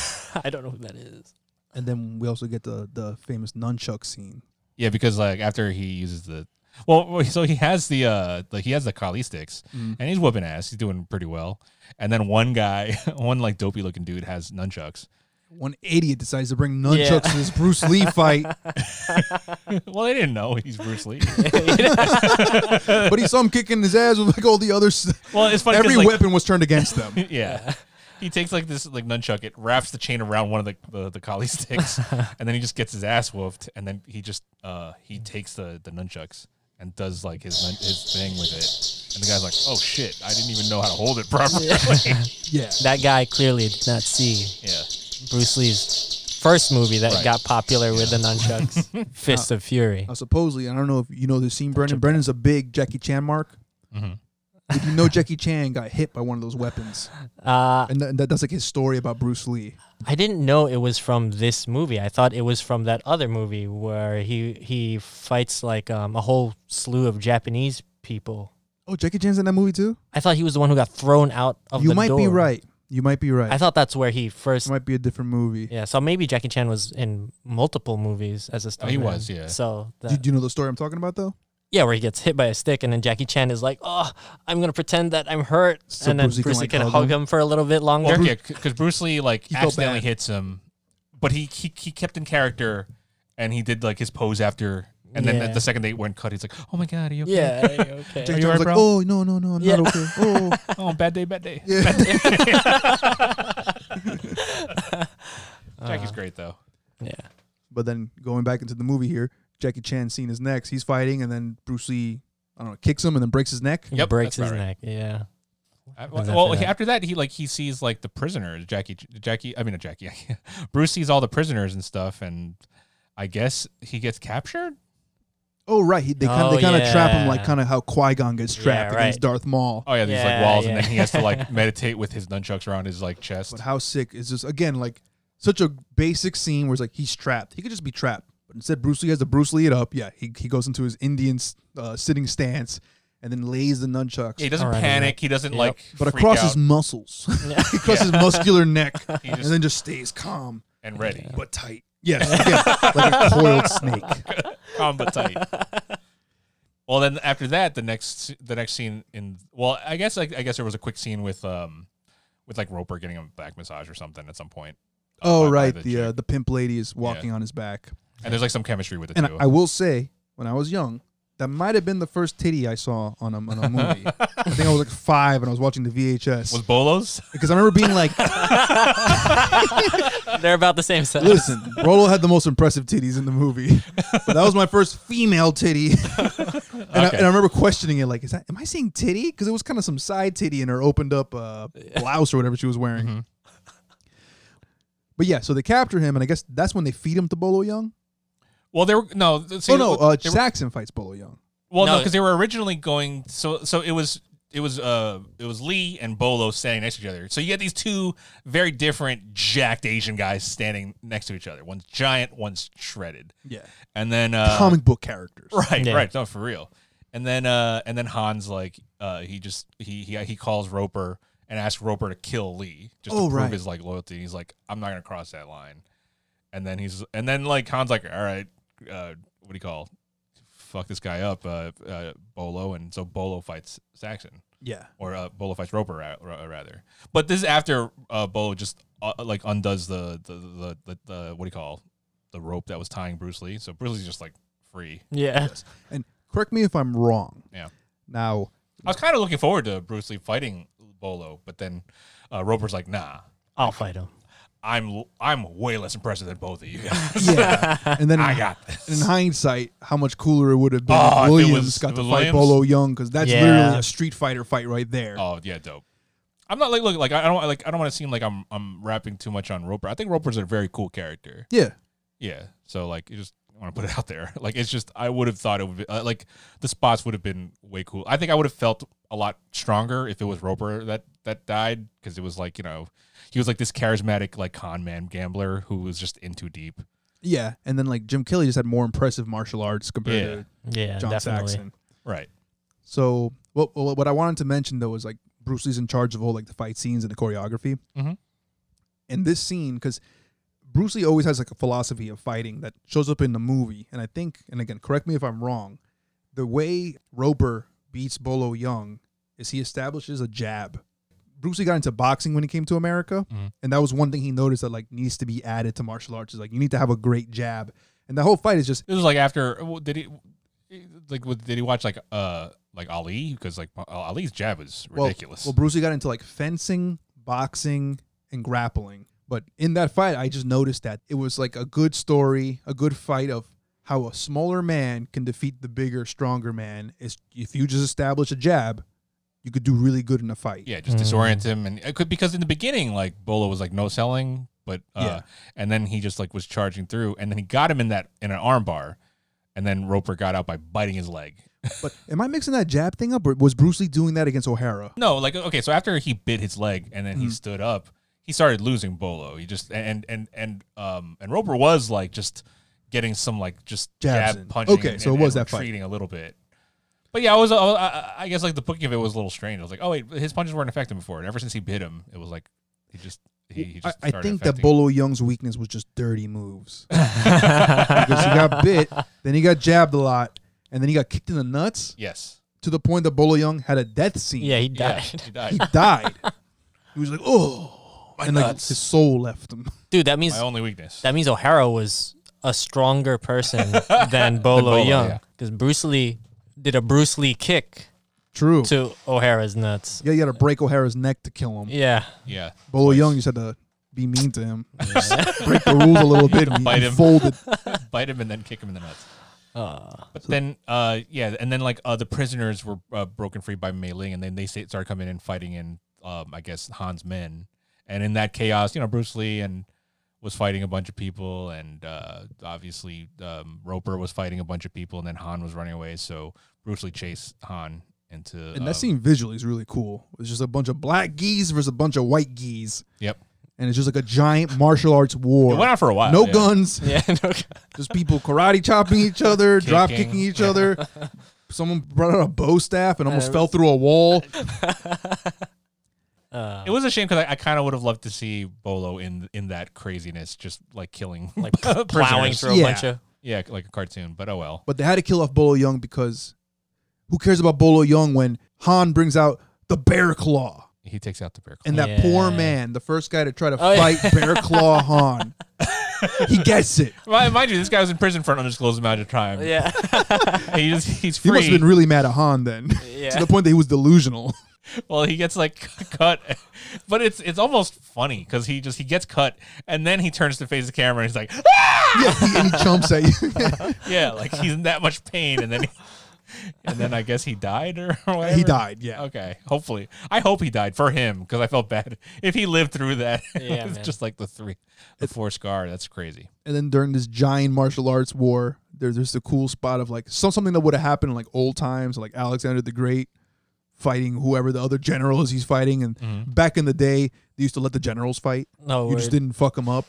Speaker 1: nerd.
Speaker 4: (laughs) I don't know who that is.
Speaker 5: And then we also get the the famous nunchuck scene.
Speaker 1: Yeah, because like after he uses the well, so he has the uh, like he has the Kali sticks, and he's whooping ass. He's doing pretty well. And then one guy, (laughs) one like dopey looking dude, has nunchucks. (laughs)
Speaker 5: One idiot decides to bring nunchucks to this Bruce
Speaker 4: (laughs)
Speaker 5: Lee fight,
Speaker 1: well, they didn't know he's Bruce (laughs) Lee.
Speaker 5: but he saw him kicking his ass with like all the other. s
Speaker 1: well, it's funny. 'cause,
Speaker 5: Every
Speaker 1: like,
Speaker 5: weapon was turned against
Speaker 4: (laughs)
Speaker 5: them.
Speaker 1: (laughs) yeah. He takes like this like nunchuck, it wraps the chain around one of the the, the collie (laughs) sticks, and then he just gets his ass whooped, and then he just uh he takes the the nunchucks and does like his nun- his thing with it, and the guy's like, oh shit, I didn't even know how to hold it (laughs) properly. Yeah,
Speaker 5: Yeah,
Speaker 4: That guy clearly did not see Bruce Lee's first movie that
Speaker 1: Right.
Speaker 4: got popular with
Speaker 1: (laughs)
Speaker 4: the nunchucks, Fist of Fury.
Speaker 5: Now, supposedly, I don't know if you know this scene, Brendan. Brendan's a big Jackie Chan mark.
Speaker 4: Mm-hmm.
Speaker 5: Did you know Jackie Chan got hit by one of those weapons?
Speaker 4: Uh,
Speaker 5: And, th- and that, that's like his story about Bruce Lee.
Speaker 4: I didn't know it was from this movie. I thought it was from that other movie where he he fights like um, a whole slew of Japanese people.
Speaker 5: Oh, Jackie Chan's in that movie too.
Speaker 4: I thought he was the one who got thrown out of
Speaker 5: You
Speaker 4: the
Speaker 5: might be
Speaker 4: door.
Speaker 5: right. You might be right.
Speaker 4: I thought that's where he first
Speaker 5: it might be a different movie.
Speaker 4: Yeah, so maybe Jackie Chan was in multiple movies as a stuntman.
Speaker 1: Oh, he was, yeah.
Speaker 4: So that,
Speaker 5: Do, do you know the story I'm talking about though?
Speaker 4: yeah, where he gets hit by a stick, and then Jackie Chan is like, "Oh, I'm gonna pretend that I'm hurt,"
Speaker 5: So
Speaker 4: and then
Speaker 5: Bruce Lee can,
Speaker 4: Bruce,
Speaker 5: like,
Speaker 4: Lee can
Speaker 5: hug
Speaker 4: hug
Speaker 5: him?
Speaker 4: him for a little bit longer.
Speaker 1: Well, yeah, because Bruce Lee like
Speaker 5: He felt
Speaker 1: accidentally
Speaker 5: bad.
Speaker 1: hits him, but he, he he kept in character, and he did like his pose after, and then
Speaker 4: Yeah.
Speaker 1: the second they went cut, he's like, oh my god, are you okay?
Speaker 4: (laughs) Yeah, okay.
Speaker 1: you
Speaker 5: Jackie Chan's
Speaker 1: right,
Speaker 5: like,
Speaker 1: bro?
Speaker 5: oh no no no, I'm
Speaker 4: Yeah.
Speaker 5: not okay.
Speaker 4: (laughs)
Speaker 5: Oh,
Speaker 1: (laughs) oh bad day, bad day.
Speaker 5: Yeah.
Speaker 1: Bad day. Jackie's great though.
Speaker 4: (laughs) yeah.
Speaker 5: but then going back into the movie here, Jackie Chan scene is next. He's fighting, and then Bruce Lee, I don't know, kicks him and then breaks his neck.
Speaker 4: He
Speaker 1: Yep,
Speaker 4: breaks
Speaker 1: that's
Speaker 4: his
Speaker 1: about right.
Speaker 4: neck. Yeah.
Speaker 1: I-
Speaker 4: What was
Speaker 1: Uh, well,
Speaker 4: after
Speaker 1: he-
Speaker 4: that?
Speaker 1: after that, he like he sees like the prisoners, Jackie, Jackie. I mean, not Jackie. (laughs) Bruce sees all the prisoners and stuff, and I guess he gets captured.
Speaker 5: Oh right, he, they kind of
Speaker 4: Oh,
Speaker 5: they kind of trap him like
Speaker 4: yeah.
Speaker 5: kind of how Qui Gon gets
Speaker 4: Yeah,
Speaker 5: trapped against
Speaker 4: right.
Speaker 5: Darth Maul.
Speaker 1: Oh yeah, these like
Speaker 4: Yeah,
Speaker 1: walls, and
Speaker 4: yeah.
Speaker 1: then he has to
Speaker 4: (laughs)
Speaker 1: like meditate with his nunchucks around his like chest.
Speaker 5: But how sick is this? Again, like such a basic scene where it's like he's trapped. He could just be trapped. But instead, Bruce Lee has to Bruce Lee it up. Yeah, he, he goes into his Indian uh, sitting stance and then lays the nunchucks.
Speaker 1: He doesn't
Speaker 4: Around his
Speaker 1: panic.
Speaker 4: neck.
Speaker 1: He doesn't
Speaker 4: Yep.
Speaker 1: like.
Speaker 5: but
Speaker 1: freak
Speaker 5: across
Speaker 1: out
Speaker 5: his muscles, (laughs) across his
Speaker 1: (laughs)
Speaker 5: muscular neck, and
Speaker 1: just-
Speaker 5: then just stays calm
Speaker 1: and
Speaker 5: (laughs)
Speaker 1: ready,
Speaker 5: but tight. Yes, again, like a coiled snake.
Speaker 1: (laughs) calm but tight. (laughs) Well, then after that, the next the next scene in well, I guess like, I guess there was a quick scene with um with like Roper getting a back massage or something at some point. uh,
Speaker 5: Oh
Speaker 1: by- by
Speaker 5: right, the
Speaker 1: chick.
Speaker 5: uh, the pimp lady is walking on his back.
Speaker 1: and there's like some chemistry with the
Speaker 5: And
Speaker 1: two.
Speaker 5: I, I will say, when I was young, that might have been the first titty I saw on a, on
Speaker 1: (laughs)
Speaker 5: a movie. I think I was like five and I was watching the VHS.
Speaker 1: was Bolos?
Speaker 5: because I remember being like,
Speaker 1: (laughs)
Speaker 4: They're about the same size.
Speaker 5: listen, Rolo had the most impressive titties in the movie. But that was my first female titty. (laughs) and, I,
Speaker 1: Okay.
Speaker 5: and I remember questioning it like, is that, am I seeing titty? Because it was kind of some side titty in her opened up uh, blouse or whatever she was wearing.
Speaker 1: Mm-hmm.
Speaker 5: But yeah, so they capture him, and I guess that's when they feed him to Bolo Young.
Speaker 1: Well, they were no. th- See,
Speaker 5: oh no, uh,
Speaker 1: they were-
Speaker 5: Saxon fights Bolo Young.
Speaker 1: well, no,
Speaker 4: No.
Speaker 1: because they were originally going. So, so it was it was uh it was Lee and Bolo standing next to each other. So you get these two very different jacked Asian guys standing next to each other. One's giant, one's shredded.
Speaker 5: Yeah,
Speaker 1: And then uh,
Speaker 5: comic book characters.
Speaker 1: (laughs) Right,
Speaker 4: Yeah.
Speaker 1: right. No, for real. And then uh and then Hans like uh he just he he he calls Roper and asks Roper to kill Lee just
Speaker 5: Oh,
Speaker 1: to prove
Speaker 5: right.
Speaker 1: his like loyalty. He's like, I'm not gonna cross that line. And then he's and then like Hans like, all right, uh what do you call? Fuck this guy up, uh, uh Bolo, and so Bolo fights Saxon
Speaker 5: Yeah.
Speaker 1: or uh, Bolo fights Roper ra- ra- rather. But this is after uh, Bolo just uh, like undoes the the, the the the what do you call the rope that was tying Bruce Lee. So Bruce Lee's just like free.
Speaker 4: Yeah.
Speaker 5: And correct me if I'm wrong.
Speaker 1: Yeah.
Speaker 5: Now,
Speaker 1: I was kind of looking forward to Bruce Lee fighting Bolo, but then uh, Roper's like, "Nah,
Speaker 4: I'll fight him.
Speaker 1: I'm I'm way less impressive than both of you
Speaker 5: (laughs)
Speaker 1: guys. (laughs)
Speaker 5: yeah. and then
Speaker 1: I got
Speaker 5: in
Speaker 1: this."
Speaker 5: hindsight, how much cooler it would have been
Speaker 1: Oh, if
Speaker 5: if
Speaker 1: it
Speaker 5: Williams
Speaker 1: was-
Speaker 5: got
Speaker 1: if
Speaker 5: to
Speaker 1: it was
Speaker 5: fight
Speaker 1: Williams?
Speaker 5: Bolo Young because that's
Speaker 4: Yeah.
Speaker 5: literally a Street Fighter fight right there.
Speaker 1: Oh yeah, dope. I'm not like look like I don't like I don't want to seem like I'm I'm rapping too much on Roper. I think Roper's a very cool character.
Speaker 5: Yeah.
Speaker 1: Yeah, so like you just want to put it (laughs) out there. Like it's just I would have thought it would be, uh, like the spots would have been way cool. I think I would have felt a lot stronger if it was Roper that that died because it was like you know he was like this charismatic like con man gambler who was just in too deep.
Speaker 5: Yeah, and then like Jim Kelly just had more impressive martial arts compared
Speaker 1: Yeah.
Speaker 5: to
Speaker 4: Yeah,
Speaker 5: John
Speaker 4: definitely.
Speaker 5: Saxon.
Speaker 1: Right.
Speaker 5: So what what what I wanted to mention though was like Bruce Lee's in charge of all like the fight scenes and the choreography.
Speaker 1: Mhm.
Speaker 5: In this scene, because Bruce Lee always has like a philosophy of fighting that shows up in the movie, and I think, and again, correct me if I'm wrong, the way Roper beats Bolo Young is he establishes a jab. Bruce Lee got into boxing when he came to America, and that was one thing he noticed that like needs to be added to martial arts is like you need to have a great jab, and the whole fight is just
Speaker 1: This was like after well, did he eh, like what- did he watch like uh like Ali because like uh, Ali's jab is
Speaker 5: Well-
Speaker 1: ridiculous.
Speaker 5: Well, Bruce Lee got into like fencing, boxing, and grappling. But in that fight, I just noticed that it was like a good story, a good fight of how a smaller man can defeat the bigger, stronger man. Is if you just establish a jab, you could do really good in a fight.
Speaker 1: yeah, just disorient him and it could because in the beginning like Bolo was like no selling, but uh and then he just like was charging through and then he got him in that in an arm bar and then Roper got out by biting his leg.
Speaker 5: But am I mixing that jab thing up, or was Bruce Lee doing that against O'Hara?
Speaker 1: No, like okay, so after he bit his leg and then he
Speaker 5: Mm-hmm.
Speaker 1: stood up, he started losing Bolo. He just and and and um and Roper was like just getting some like just
Speaker 5: Jabs in.
Speaker 1: jab punching.
Speaker 5: Okay,
Speaker 1: and-
Speaker 5: so it
Speaker 1: and-
Speaker 5: was
Speaker 1: and
Speaker 5: that fight.
Speaker 1: retreating a little bit. But yeah, I was I- I, I guess like the booking of it was a little strange. I was like, oh wait, his punches weren't affecting him before, and ever since he bit him, it was like he just he, he
Speaker 5: I,
Speaker 1: just.
Speaker 5: I
Speaker 1: started
Speaker 5: think that
Speaker 1: affecting
Speaker 5: Bolo Young's weakness was just dirty
Speaker 1: (laughs)
Speaker 5: moves. because he got bit, then he got jabbed a lot, and then he got kicked in the nuts
Speaker 1: him. Yes.
Speaker 5: to the point that Bolo Young had a death scene.
Speaker 4: Yeah, he
Speaker 1: Yeah,
Speaker 4: died. (laughs)
Speaker 1: he
Speaker 5: he
Speaker 1: died.
Speaker 5: died. He was like, oh, and like
Speaker 1: nuts.
Speaker 5: his soul left him.
Speaker 4: Dude, that means
Speaker 1: My only weakness.
Speaker 4: that means O'Hara was a stronger person (laughs) than Bolo
Speaker 1: Bolo, yeah.
Speaker 4: Young because Bruce Lee did a Bruce Lee kick
Speaker 5: True.
Speaker 4: to O'Hara's nuts.
Speaker 5: yeah, you got to break O'Hara's neck to kill him.
Speaker 4: Yeah,
Speaker 1: yeah.
Speaker 5: Bolo Young just had to be mean to him, break the rules a little bit, and
Speaker 1: Bite
Speaker 5: he
Speaker 1: him.
Speaker 5: folded.
Speaker 1: bite him and then kick him in the nuts.
Speaker 5: Ah,
Speaker 1: but then, uh, yeah, and then like uh, the prisoners were uh, broken free by Mei Ling, and then they say- started coming in fighting in, um, I guess Han's men, and in that chaos, you know, Bruce Lee and was fighting a bunch of people, and uh, obviously um, Roper was fighting a bunch of people, and then Han was running away, so Bruce Lee chased Han into.
Speaker 5: And
Speaker 1: um,
Speaker 5: that scene visually is really cool. It's just a bunch of black geese versus a bunch of white geese,
Speaker 1: Yep.
Speaker 5: and it's just like a giant martial arts war.
Speaker 1: It went on for a while.
Speaker 5: no
Speaker 1: yeah.
Speaker 5: guns,
Speaker 4: yeah. (laughs) no-
Speaker 5: just people karate chopping each other, drop kicking
Speaker 1: Kicking,
Speaker 5: each
Speaker 1: yeah.
Speaker 5: other. Someone brought out a bow staff and almost fell through a wall.
Speaker 4: Uh,
Speaker 1: It was a shame because I, I kind of would have loved to see Bolo in in that craziness, just like (laughs) killing,
Speaker 4: like plowing
Speaker 1: prisoners.
Speaker 4: through a
Speaker 5: Yeah.
Speaker 4: bunch of.
Speaker 1: Yeah, like a cartoon, but oh well.
Speaker 5: But they had to kill off Bolo Young because who cares about Bolo Young when Han brings out the Bear Claw
Speaker 1: He takes out the bear claw.
Speaker 5: and that poor
Speaker 4: Yeah.
Speaker 5: man, the first guy to try to
Speaker 4: Oh, yeah.
Speaker 5: fight Bear Claw
Speaker 4: (laughs)
Speaker 5: Han. he gets it.
Speaker 1: Mind mind you, this guy was in prison for an undisclosed amount of time.
Speaker 4: (laughs) Yeah,
Speaker 1: He just, he's
Speaker 5: He
Speaker 1: free.
Speaker 5: must have been really mad at Han then, (laughs) to
Speaker 4: Yeah.
Speaker 5: the point that he was delusional. (laughs)
Speaker 1: well, he gets like (laughs) cut, but it's it's almost funny because he just he gets cut and then he turns to face the camera and he's like, (laughs) "Ah!"
Speaker 5: yeah, he, and he chumps at you. (laughs)
Speaker 1: yeah, like he's in that much pain, and then he, (laughs) and then I guess he died or (laughs) whatever.
Speaker 5: he died. Yeah,
Speaker 1: Okay, hopefully, I hope he died for him because I felt bad (laughs) if he lived through that. (laughs)
Speaker 4: Yeah,
Speaker 1: it's
Speaker 4: man.
Speaker 1: just like the three, the four scar. That's crazy.
Speaker 5: and then during this giant martial arts war, there, there's the cool spot of like some, something that would have happened in like old times, like Alexander the Great fighting whoever the other general is he's fighting. And back in the day, they used to let the generals fight.
Speaker 4: Mm-hmm. no,
Speaker 5: you just
Speaker 4: word.
Speaker 5: didn't fuck him up.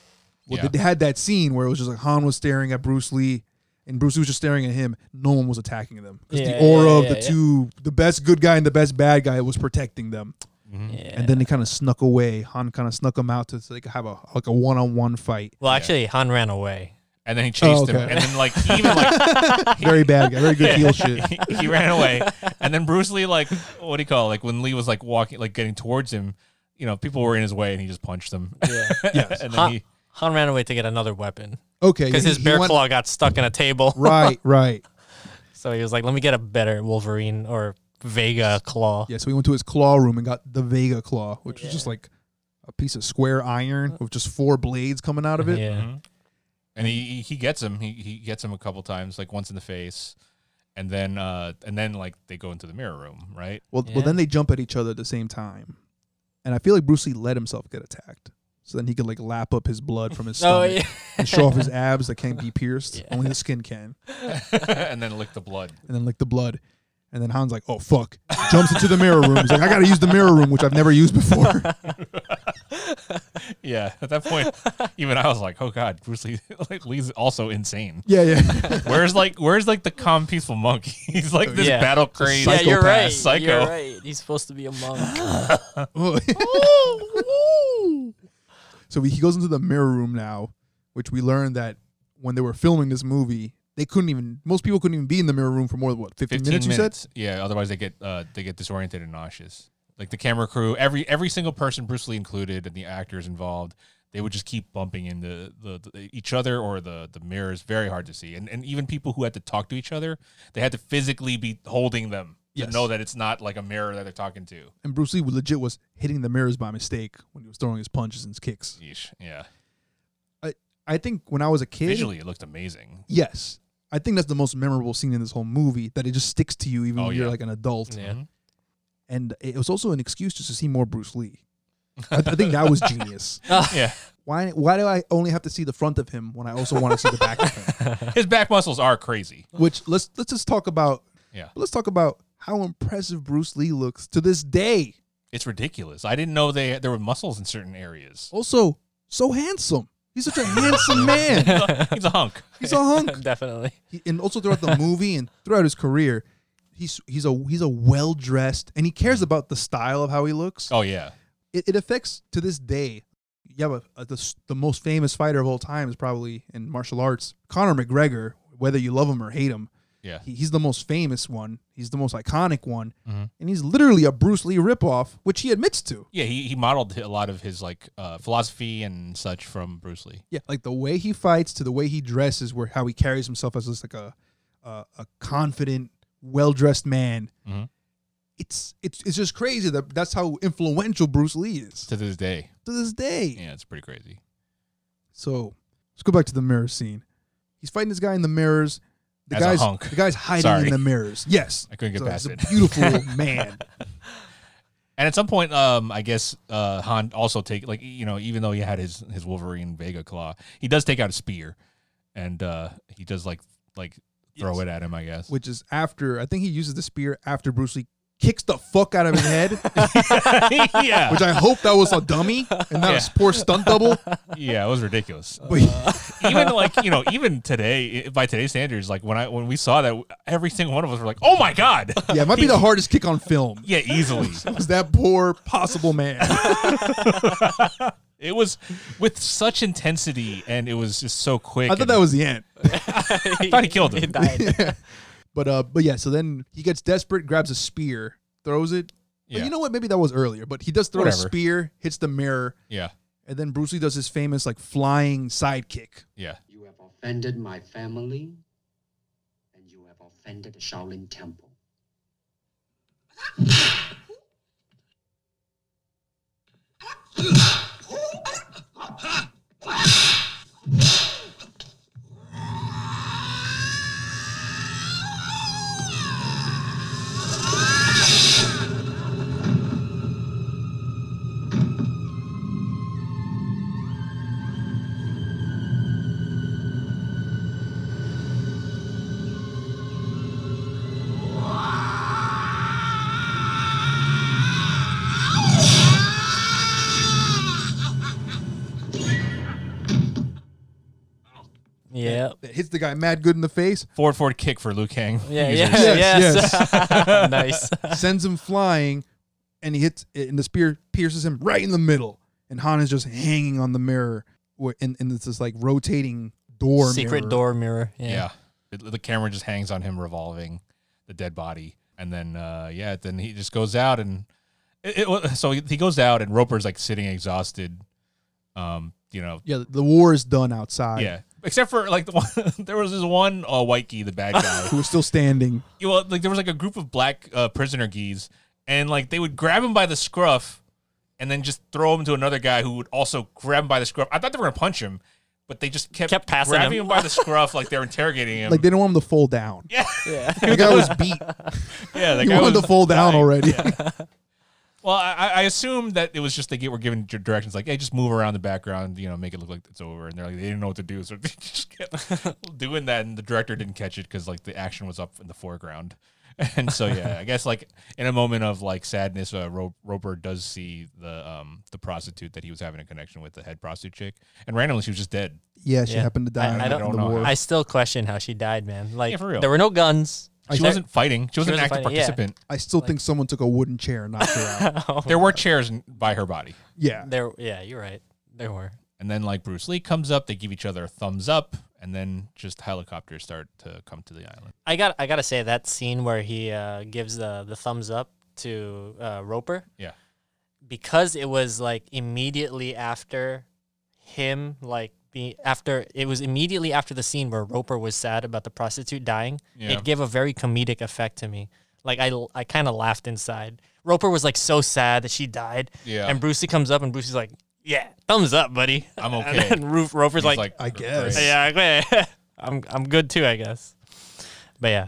Speaker 5: Well,
Speaker 1: Yeah.
Speaker 5: they had that scene where it was just like Han was staring at Bruce Lee, and Bruce Lee was just staring at him. No one was attacking them because
Speaker 4: Yeah,
Speaker 5: the aura
Speaker 4: yeah,
Speaker 5: of
Speaker 4: yeah,
Speaker 5: the
Speaker 4: yeah.
Speaker 5: two, the best good guy and the best bad guy, was protecting them.
Speaker 4: Mm-hmm. Yeah.
Speaker 5: And then they kind of snuck away. Han kind of snuck him out to so they could have a like a one on one fight.
Speaker 4: well, actually, Han ran away.
Speaker 1: And then he chased him,
Speaker 5: Oh, okay.
Speaker 1: and then like he even like
Speaker 5: Very bad guy, very good heel shit.
Speaker 4: (laughs)
Speaker 1: he, he ran away, and then Bruce Lee, like, what do you call it? Like when Lee was like walking, like getting towards him, you know, people were in his way, and he just punched them.
Speaker 5: (laughs)
Speaker 4: Yeah,
Speaker 1: yes. (laughs) and then
Speaker 4: Han,
Speaker 1: he,
Speaker 4: Han ran away to get another weapon
Speaker 5: Okay,
Speaker 4: because
Speaker 5: he-
Speaker 4: his
Speaker 5: he
Speaker 4: bear
Speaker 5: went-
Speaker 4: claw (laughs) got stuck in a table.
Speaker 5: Right, right.
Speaker 4: So he was like, "Let me get a better Wolverine or Vega claw."
Speaker 5: Yeah, so he went to his claw room and got the Vega claw, which was just like a piece of square iron with just four blades coming out of it.
Speaker 4: Yeah.
Speaker 1: Mhm. and he he gets him. He he gets him a couple times, like once in the face, and then uh and then like they go into the mirror room, right? (laughs)
Speaker 5: Well,
Speaker 4: Yeah.
Speaker 5: well, then they jump at each other at the same time, and I feel like Bruce Lee let himself get attacked, so then he could like lap up his blood from his
Speaker 4: (laughs) Oh
Speaker 5: (laughs) stomach
Speaker 4: yeah.
Speaker 5: and show off his abs that
Speaker 4: (laughs)
Speaker 5: can't be pierced, only the skin can,
Speaker 1: and then lick the blood.
Speaker 5: and then lick the blood. And then Han's like, "Oh fuck!"
Speaker 4: (laughs)
Speaker 5: Jumps into the mirror room. He's like, "I gotta use the mirror room, which I've never used before."
Speaker 1: Yeah, at that (laughs) point, even I was like, "Oh God, Bruce Lee, (laughs) like Lee's also insane."
Speaker 5: (laughs) Yeah, yeah.
Speaker 1: Where's like, where's like the calm, peaceful monk? (laughs) He's like this
Speaker 4: Yeah.
Speaker 1: battle crazy.
Speaker 5: Yeah,
Speaker 8: you're right.
Speaker 1: Psychopath.
Speaker 8: You're
Speaker 1: Psycho.
Speaker 8: right. He's supposed to be a monk.
Speaker 1: (laughs)
Speaker 4: (laughs)
Speaker 5: (laughs) so he goes into the mirror room now, which we learned that when they were filming this movie, they couldn't even. Most people couldn't even be in the mirror room for more than what 15,
Speaker 1: Fifteen
Speaker 5: minutes,
Speaker 1: minutes.
Speaker 5: You said.
Speaker 1: Yeah, otherwise they get uh, they get disoriented and nauseous. Like the camera crew, every every single person, Bruce Lee included, and the actors involved, they would just keep bumping into the, the each other or the the mirrors. Very hard to see, and and even people who had to talk to each other, they had to physically be holding them to
Speaker 5: Yes.
Speaker 1: know that it's not like a mirror that they're talking to.
Speaker 5: And Bruce Lee legit was hitting the mirrors by mistake when he was throwing his punches and his kicks.
Speaker 1: Yeesh. Yeah,
Speaker 5: I think when I was a kid,
Speaker 1: visually it looked amazing.
Speaker 5: yes, I think that's the most memorable scene in this whole movie that it just sticks to you even
Speaker 1: Oh,
Speaker 5: when you're
Speaker 1: yeah.
Speaker 5: like an adult.
Speaker 4: Yeah.
Speaker 5: And it was also an excuse just to see more Bruce Lee. I, I think that was genius.
Speaker 1: Yeah, (laughs)
Speaker 5: Why? Why do I only have to see the front of him when I also want to see the back of him?
Speaker 1: his back muscles are crazy.
Speaker 5: Which let's let's just talk about.
Speaker 1: Yeah.
Speaker 5: Let's talk about how impressive Bruce Lee looks to this day.
Speaker 1: It's ridiculous. I didn't know they there were muscles in certain areas.
Speaker 5: Also, so handsome. He's such a handsome man.
Speaker 1: He's a
Speaker 5: (laughs)
Speaker 1: hunk.
Speaker 5: He's a
Speaker 4: (laughs)
Speaker 5: hunk.
Speaker 1: (laughs)
Speaker 4: Definitely.
Speaker 5: He, and also throughout the movie and throughout his career, he's he's a he's a well dressed and he cares about the style of how he looks.
Speaker 1: Oh yeah.
Speaker 5: It, it affects to this day. Yeah, but uh, the s- the most famous fighter of all time is probably in martial arts, Conor McGregor. Whether you love him or hate him,
Speaker 1: Yeah.
Speaker 5: he, he's the most famous one. He's the most iconic one,
Speaker 1: Mhm.
Speaker 5: and he's literally a Bruce Lee ripoff, which he admits to.
Speaker 1: Yeah, he, he modeled a lot of his like uh, philosophy and such from Bruce Lee.
Speaker 5: Yeah, like the way he fights to the way he dresses, where how he carries himself as just like a a, a confident, well dressed man.
Speaker 1: Mhm.
Speaker 5: It's it's it's just crazy that that's how influential Bruce Lee is
Speaker 1: To this day,
Speaker 5: to this day.
Speaker 1: yeah, it's pretty crazy.
Speaker 5: So let's go back to the mirror scene. He's fighting this guy in the mirrors. The
Speaker 1: As a
Speaker 5: guy's
Speaker 1: hunk.
Speaker 5: the guy's hiding
Speaker 1: Sorry.
Speaker 5: in the mirrors. Yes,
Speaker 1: I couldn't get
Speaker 5: So
Speaker 1: past
Speaker 5: he's
Speaker 1: it.
Speaker 5: a
Speaker 1: (laughs)
Speaker 5: beautiful man.
Speaker 1: And at some point, um, I guess uh, Han also take like you know, even though he had his his Wolverine Vega claw, he does take out a spear, and uh, he does like like throw it at him. I guess.
Speaker 5: Which is after I think he uses the spear after Bruce Lee kicks the fuck out of his head. (laughs) which
Speaker 1: (laughs) yeah,
Speaker 5: I hope that was a dummy and not
Speaker 1: Yeah.
Speaker 5: a poor stunt double.
Speaker 1: yeah, it was ridiculous.
Speaker 5: (laughs) But
Speaker 1: even like you know, even today, i- by today's standards, like when I when we saw that, every single one of us were like, "Oh my
Speaker 5: (laughs)
Speaker 1: god!"
Speaker 5: yeah, it might be the hardest kick on
Speaker 1: (laughs)
Speaker 5: film.
Speaker 1: yeah, easily.
Speaker 5: was that poor possible man.
Speaker 1: It was with such intensity, and it was just so quick.
Speaker 5: I thought
Speaker 1: and-
Speaker 5: that was the end.
Speaker 1: I thought he killed
Speaker 8: He
Speaker 1: him.
Speaker 5: (laughs)
Speaker 8: died.
Speaker 5: But uh but yeah, so then he gets desperate, grabs a spear, throws it. But
Speaker 1: Yeah.
Speaker 5: you know what? Maybe that was earlier, but he does throw a
Speaker 1: Whatever.
Speaker 5: spear, hits the mirror,
Speaker 1: Yeah,
Speaker 5: and then Bruce Lee does his famous like flying sidekick.
Speaker 1: yeah.
Speaker 3: You have offended my family, and you have offended the Shaolin Temple.
Speaker 6: Ah!
Speaker 8: yeah.
Speaker 5: That hits the guy mad good in the face,
Speaker 1: Forward forward kick for Liu Kang.
Speaker 8: Yeah. Yeah.
Speaker 1: (laughs) He's like,
Speaker 8: Yes.
Speaker 5: Yes,
Speaker 4: (laughs)
Speaker 5: (laughs)
Speaker 8: nice.
Speaker 5: sends him flying, and he hits and the spear pierces him right in the middle. And Han is just hanging on the mirror wh- and, and it's this like rotating door
Speaker 4: Secret
Speaker 5: mirror.
Speaker 4: door mirror. Yeah.
Speaker 1: Yeah. The, the camera just hangs on him revolving the dead body. And then, uh, yeah, then he just goes out and it, it, wa- so he he goes out and Roper's like sitting exhausted. Um, you know,
Speaker 5: Yeah, the war is done outside.
Speaker 1: yeah. Except for like the (laughs) one, there was this one uh, white guy, the bad guy.
Speaker 5: Who is still standing.
Speaker 1: you know, like there was like a group of black uh, prisoner geese, and like they would grab him by the scruff, and then just throw him to another guy who would also grab him by the scruff. I thought they were gonna punch him, but they just kept,
Speaker 8: Kept passing
Speaker 1: grabbing
Speaker 8: him.
Speaker 1: him. by the scruff like they're interrogating him.
Speaker 5: Like they don't want him to fall down.
Speaker 1: yeah,
Speaker 8: Yeah.
Speaker 5: The guy was
Speaker 1: (laughs)
Speaker 5: beat.
Speaker 1: yeah, that
Speaker 5: He
Speaker 1: guy
Speaker 5: wanted
Speaker 1: was-
Speaker 5: to fall down already.
Speaker 1: Well, I, I- I assume that it was just they get, were given dir- directions like, hey, just move around the background, you know, make it look like it's over, and they're like (laughs) they didn't know what to do,
Speaker 4: (laughs)
Speaker 1: so they just kept doing that, and the director didn't catch it because like the action was up in the foreground. (laughs) And so yeah, I guess like in a moment of like sadness, uh, Ro- Roper does see the um the prostitute that he was having a connection with, the head prostitute chick, and randomly she was just dead.
Speaker 5: (laughs) Yeah, she
Speaker 4: Yeah.
Speaker 5: happened to die
Speaker 4: I
Speaker 5: in
Speaker 4: don't
Speaker 5: the
Speaker 1: know
Speaker 5: war.
Speaker 1: how.
Speaker 4: I still question how she died, man. Like
Speaker 1: Yeah, for real.
Speaker 4: there were no guns.
Speaker 1: She
Speaker 4: There-
Speaker 1: wasn't fighting. She was not an
Speaker 4: wasn't
Speaker 1: active
Speaker 4: fighting, yeah. Oh
Speaker 1: participant.
Speaker 5: I still think someone took a wooden chair and knocked her
Speaker 4: (laughs)
Speaker 5: out.
Speaker 1: There were chairs n- by her body.
Speaker 5: Yeah.
Speaker 4: There, yeah, you're right. There were.
Speaker 1: And then like Bruce Lee comes up, they give each other a thumbs up, and then just helicopters start to come to the island.
Speaker 4: I got. I gotta say that scene where he uh, gives the the thumbs up to uh, Roper
Speaker 1: Yeah.
Speaker 4: because it was like immediately after him, like be after it was immediately after the scene where Roper was sad about the prostitute dying.
Speaker 1: Yeah.
Speaker 4: It gave a very comedic effect to me. Like I, I kind of laughed inside. Roper was like so sad that she died.
Speaker 1: Yeah.
Speaker 4: And Brucey comes up and Brucey's like, "Yeah, thumbs up, buddy.
Speaker 1: I'm
Speaker 4: (laughs) And
Speaker 1: okay.
Speaker 4: then Ro- Roper's
Speaker 1: He's
Speaker 4: like,
Speaker 5: I guess.
Speaker 1: "Great."
Speaker 4: yeah, (laughs) okay. I'm I'm good too, I guess. But yeah,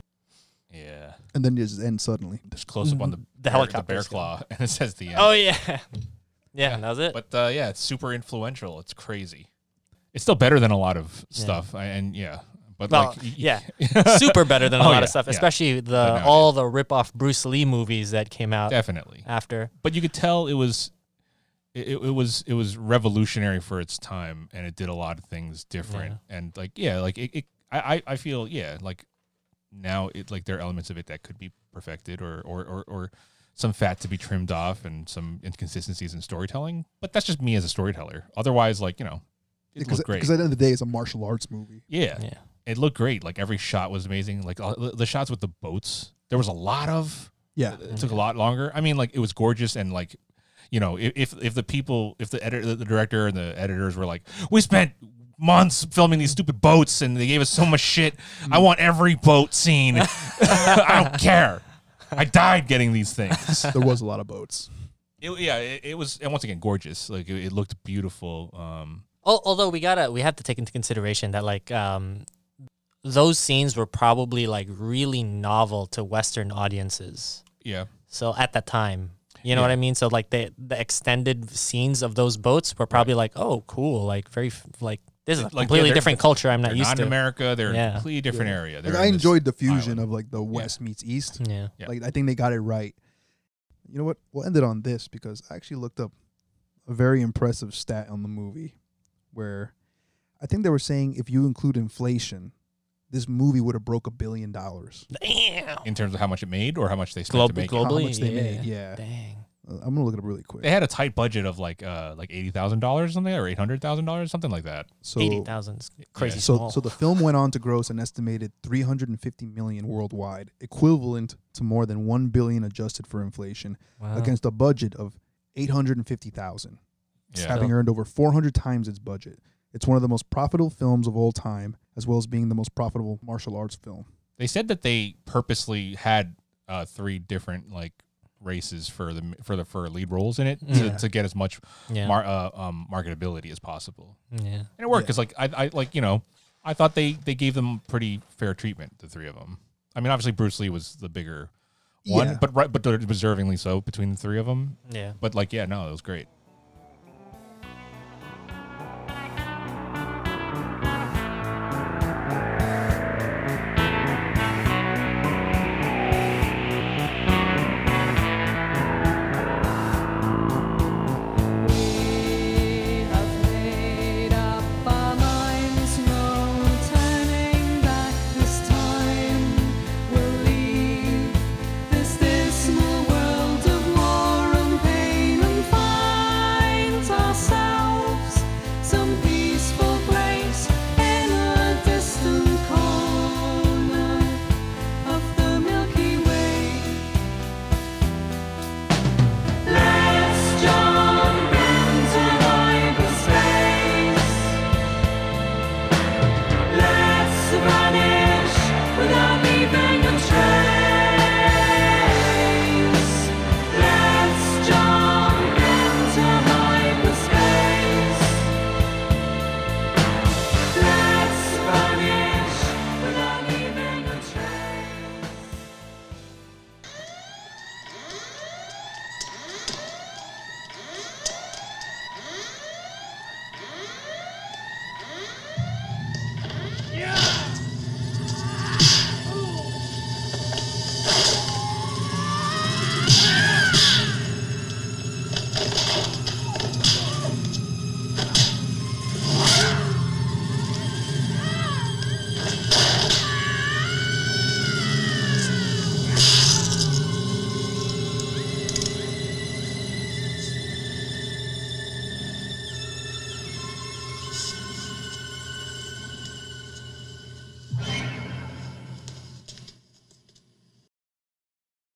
Speaker 1: Yeah.
Speaker 5: And then just end suddenly.
Speaker 1: Just close up on the,
Speaker 4: Mm, The
Speaker 1: bear, the
Speaker 4: helicopter
Speaker 1: bear
Speaker 4: is going.
Speaker 1: claw, (laughs) and it says the end.
Speaker 4: Oh yeah. (laughs) yeah, and that was it.
Speaker 1: But uh, yeah, it's super influential. It's crazy. It's still better than a lot of stuff, I- and yeah, but
Speaker 4: well,
Speaker 1: like y- y- (laughs)
Speaker 4: yeah, super better than a
Speaker 1: Oh,
Speaker 4: lot
Speaker 1: yeah,
Speaker 4: of stuff,
Speaker 1: yeah.
Speaker 4: especially the
Speaker 1: I know,
Speaker 4: all the rip off Bruce Lee movies that came out
Speaker 1: definitely.
Speaker 4: after.
Speaker 1: But you could tell it was, it, it was it was revolutionary for its time, and it did a lot of things different. And like yeah, like it, it I I I feel yeah, like now it like there are elements of it that could be perfected or or or. or some fat to be trimmed off and some inconsistencies in storytelling, but that's just me as a storyteller. Otherwise, like you know, it
Speaker 5: Because
Speaker 1: looked great.
Speaker 5: because at the end of the day, it's a martial arts movie.
Speaker 1: Yeah.
Speaker 4: Yeah.
Speaker 1: It looked great. Like every shot was amazing. Like all, the- the shots with the boats, there was a lot of. (laughs)
Speaker 5: Yeah.
Speaker 1: It took a lot longer. I mean, like it was gorgeous and like, you know, i- if if the people, if the editor, the director, and the editors were like, we spent months filming these stupid boats and they gave us so much shit. I want every boat scene. (laughs) I don't care. I died getting these
Speaker 5: (laughs)
Speaker 1: things.
Speaker 5: There was a lot of boats.
Speaker 1: It, yeah, it, it was, and once again, gorgeous. Like it, it looked beautiful. Um,
Speaker 4: Al- Although we gotta, we have to take into consideration that like um, those scenes were probably like really novel to Western audiences.
Speaker 1: yeah,
Speaker 4: So at the time, you know what I mean. So like the the extended scenes of those boats were probably like, oh, cool, like very f- like this is a
Speaker 1: Like, yeah,
Speaker 4: completely
Speaker 1: they're-
Speaker 4: different culture I'm
Speaker 1: they're
Speaker 4: not
Speaker 1: not
Speaker 4: used
Speaker 1: in
Speaker 4: to.
Speaker 1: America. They're in
Speaker 4: Yeah.
Speaker 1: a completely different area. They're
Speaker 5: Like, I
Speaker 1: in this
Speaker 5: enjoyed the fusion
Speaker 1: island.
Speaker 5: of like the West meets East.
Speaker 1: (laughs)
Speaker 4: yeah,
Speaker 1: Yeah.
Speaker 5: Like I think they got it right. You know what? We'll end it on this because I actually looked up a very impressive stat on the movie where I think they were saying if you include inflation, this movie would have broke a billion dollars.
Speaker 1: in terms of how much it made or how much they spent
Speaker 4: Glob-
Speaker 1: to make
Speaker 4: globally,
Speaker 5: much they
Speaker 4: yeah.
Speaker 5: made, yeah.
Speaker 4: dang.
Speaker 5: Uh, I'm gonna look it up really
Speaker 1: it. They
Speaker 5: quick.
Speaker 1: had a tight budget of like uh like eighty thousand dollars something or eight hundred thousand dollars something like that.
Speaker 5: So
Speaker 4: Eighty thousand is crazy
Speaker 5: so
Speaker 4: small.
Speaker 5: so the film went on to gross an estimated 350 million worldwide, equivalent to more than 1 billion adjusted for inflation
Speaker 4: Wow.
Speaker 5: against a budget of 850,000.
Speaker 1: Yeah.
Speaker 5: having earned over 400 times its budget. It's one of the most profitable films of all time, as well as being the most profitable martial arts film.
Speaker 1: They said that they purposely had uh three different like races for the for the for lead roles in it to,
Speaker 5: Yeah.
Speaker 1: to get as much
Speaker 4: yeah,
Speaker 1: mar- uh, um, marketability as possible.
Speaker 4: yeah.
Speaker 1: And it worked because like I, I like you know I thought they they gave them pretty fair treatment the three of them. I mean obviously Bruce Lee was the bigger one,
Speaker 5: Yeah.
Speaker 1: but right but deservingly so between the three of them.
Speaker 4: Yeah.
Speaker 1: But like yeah no it was great.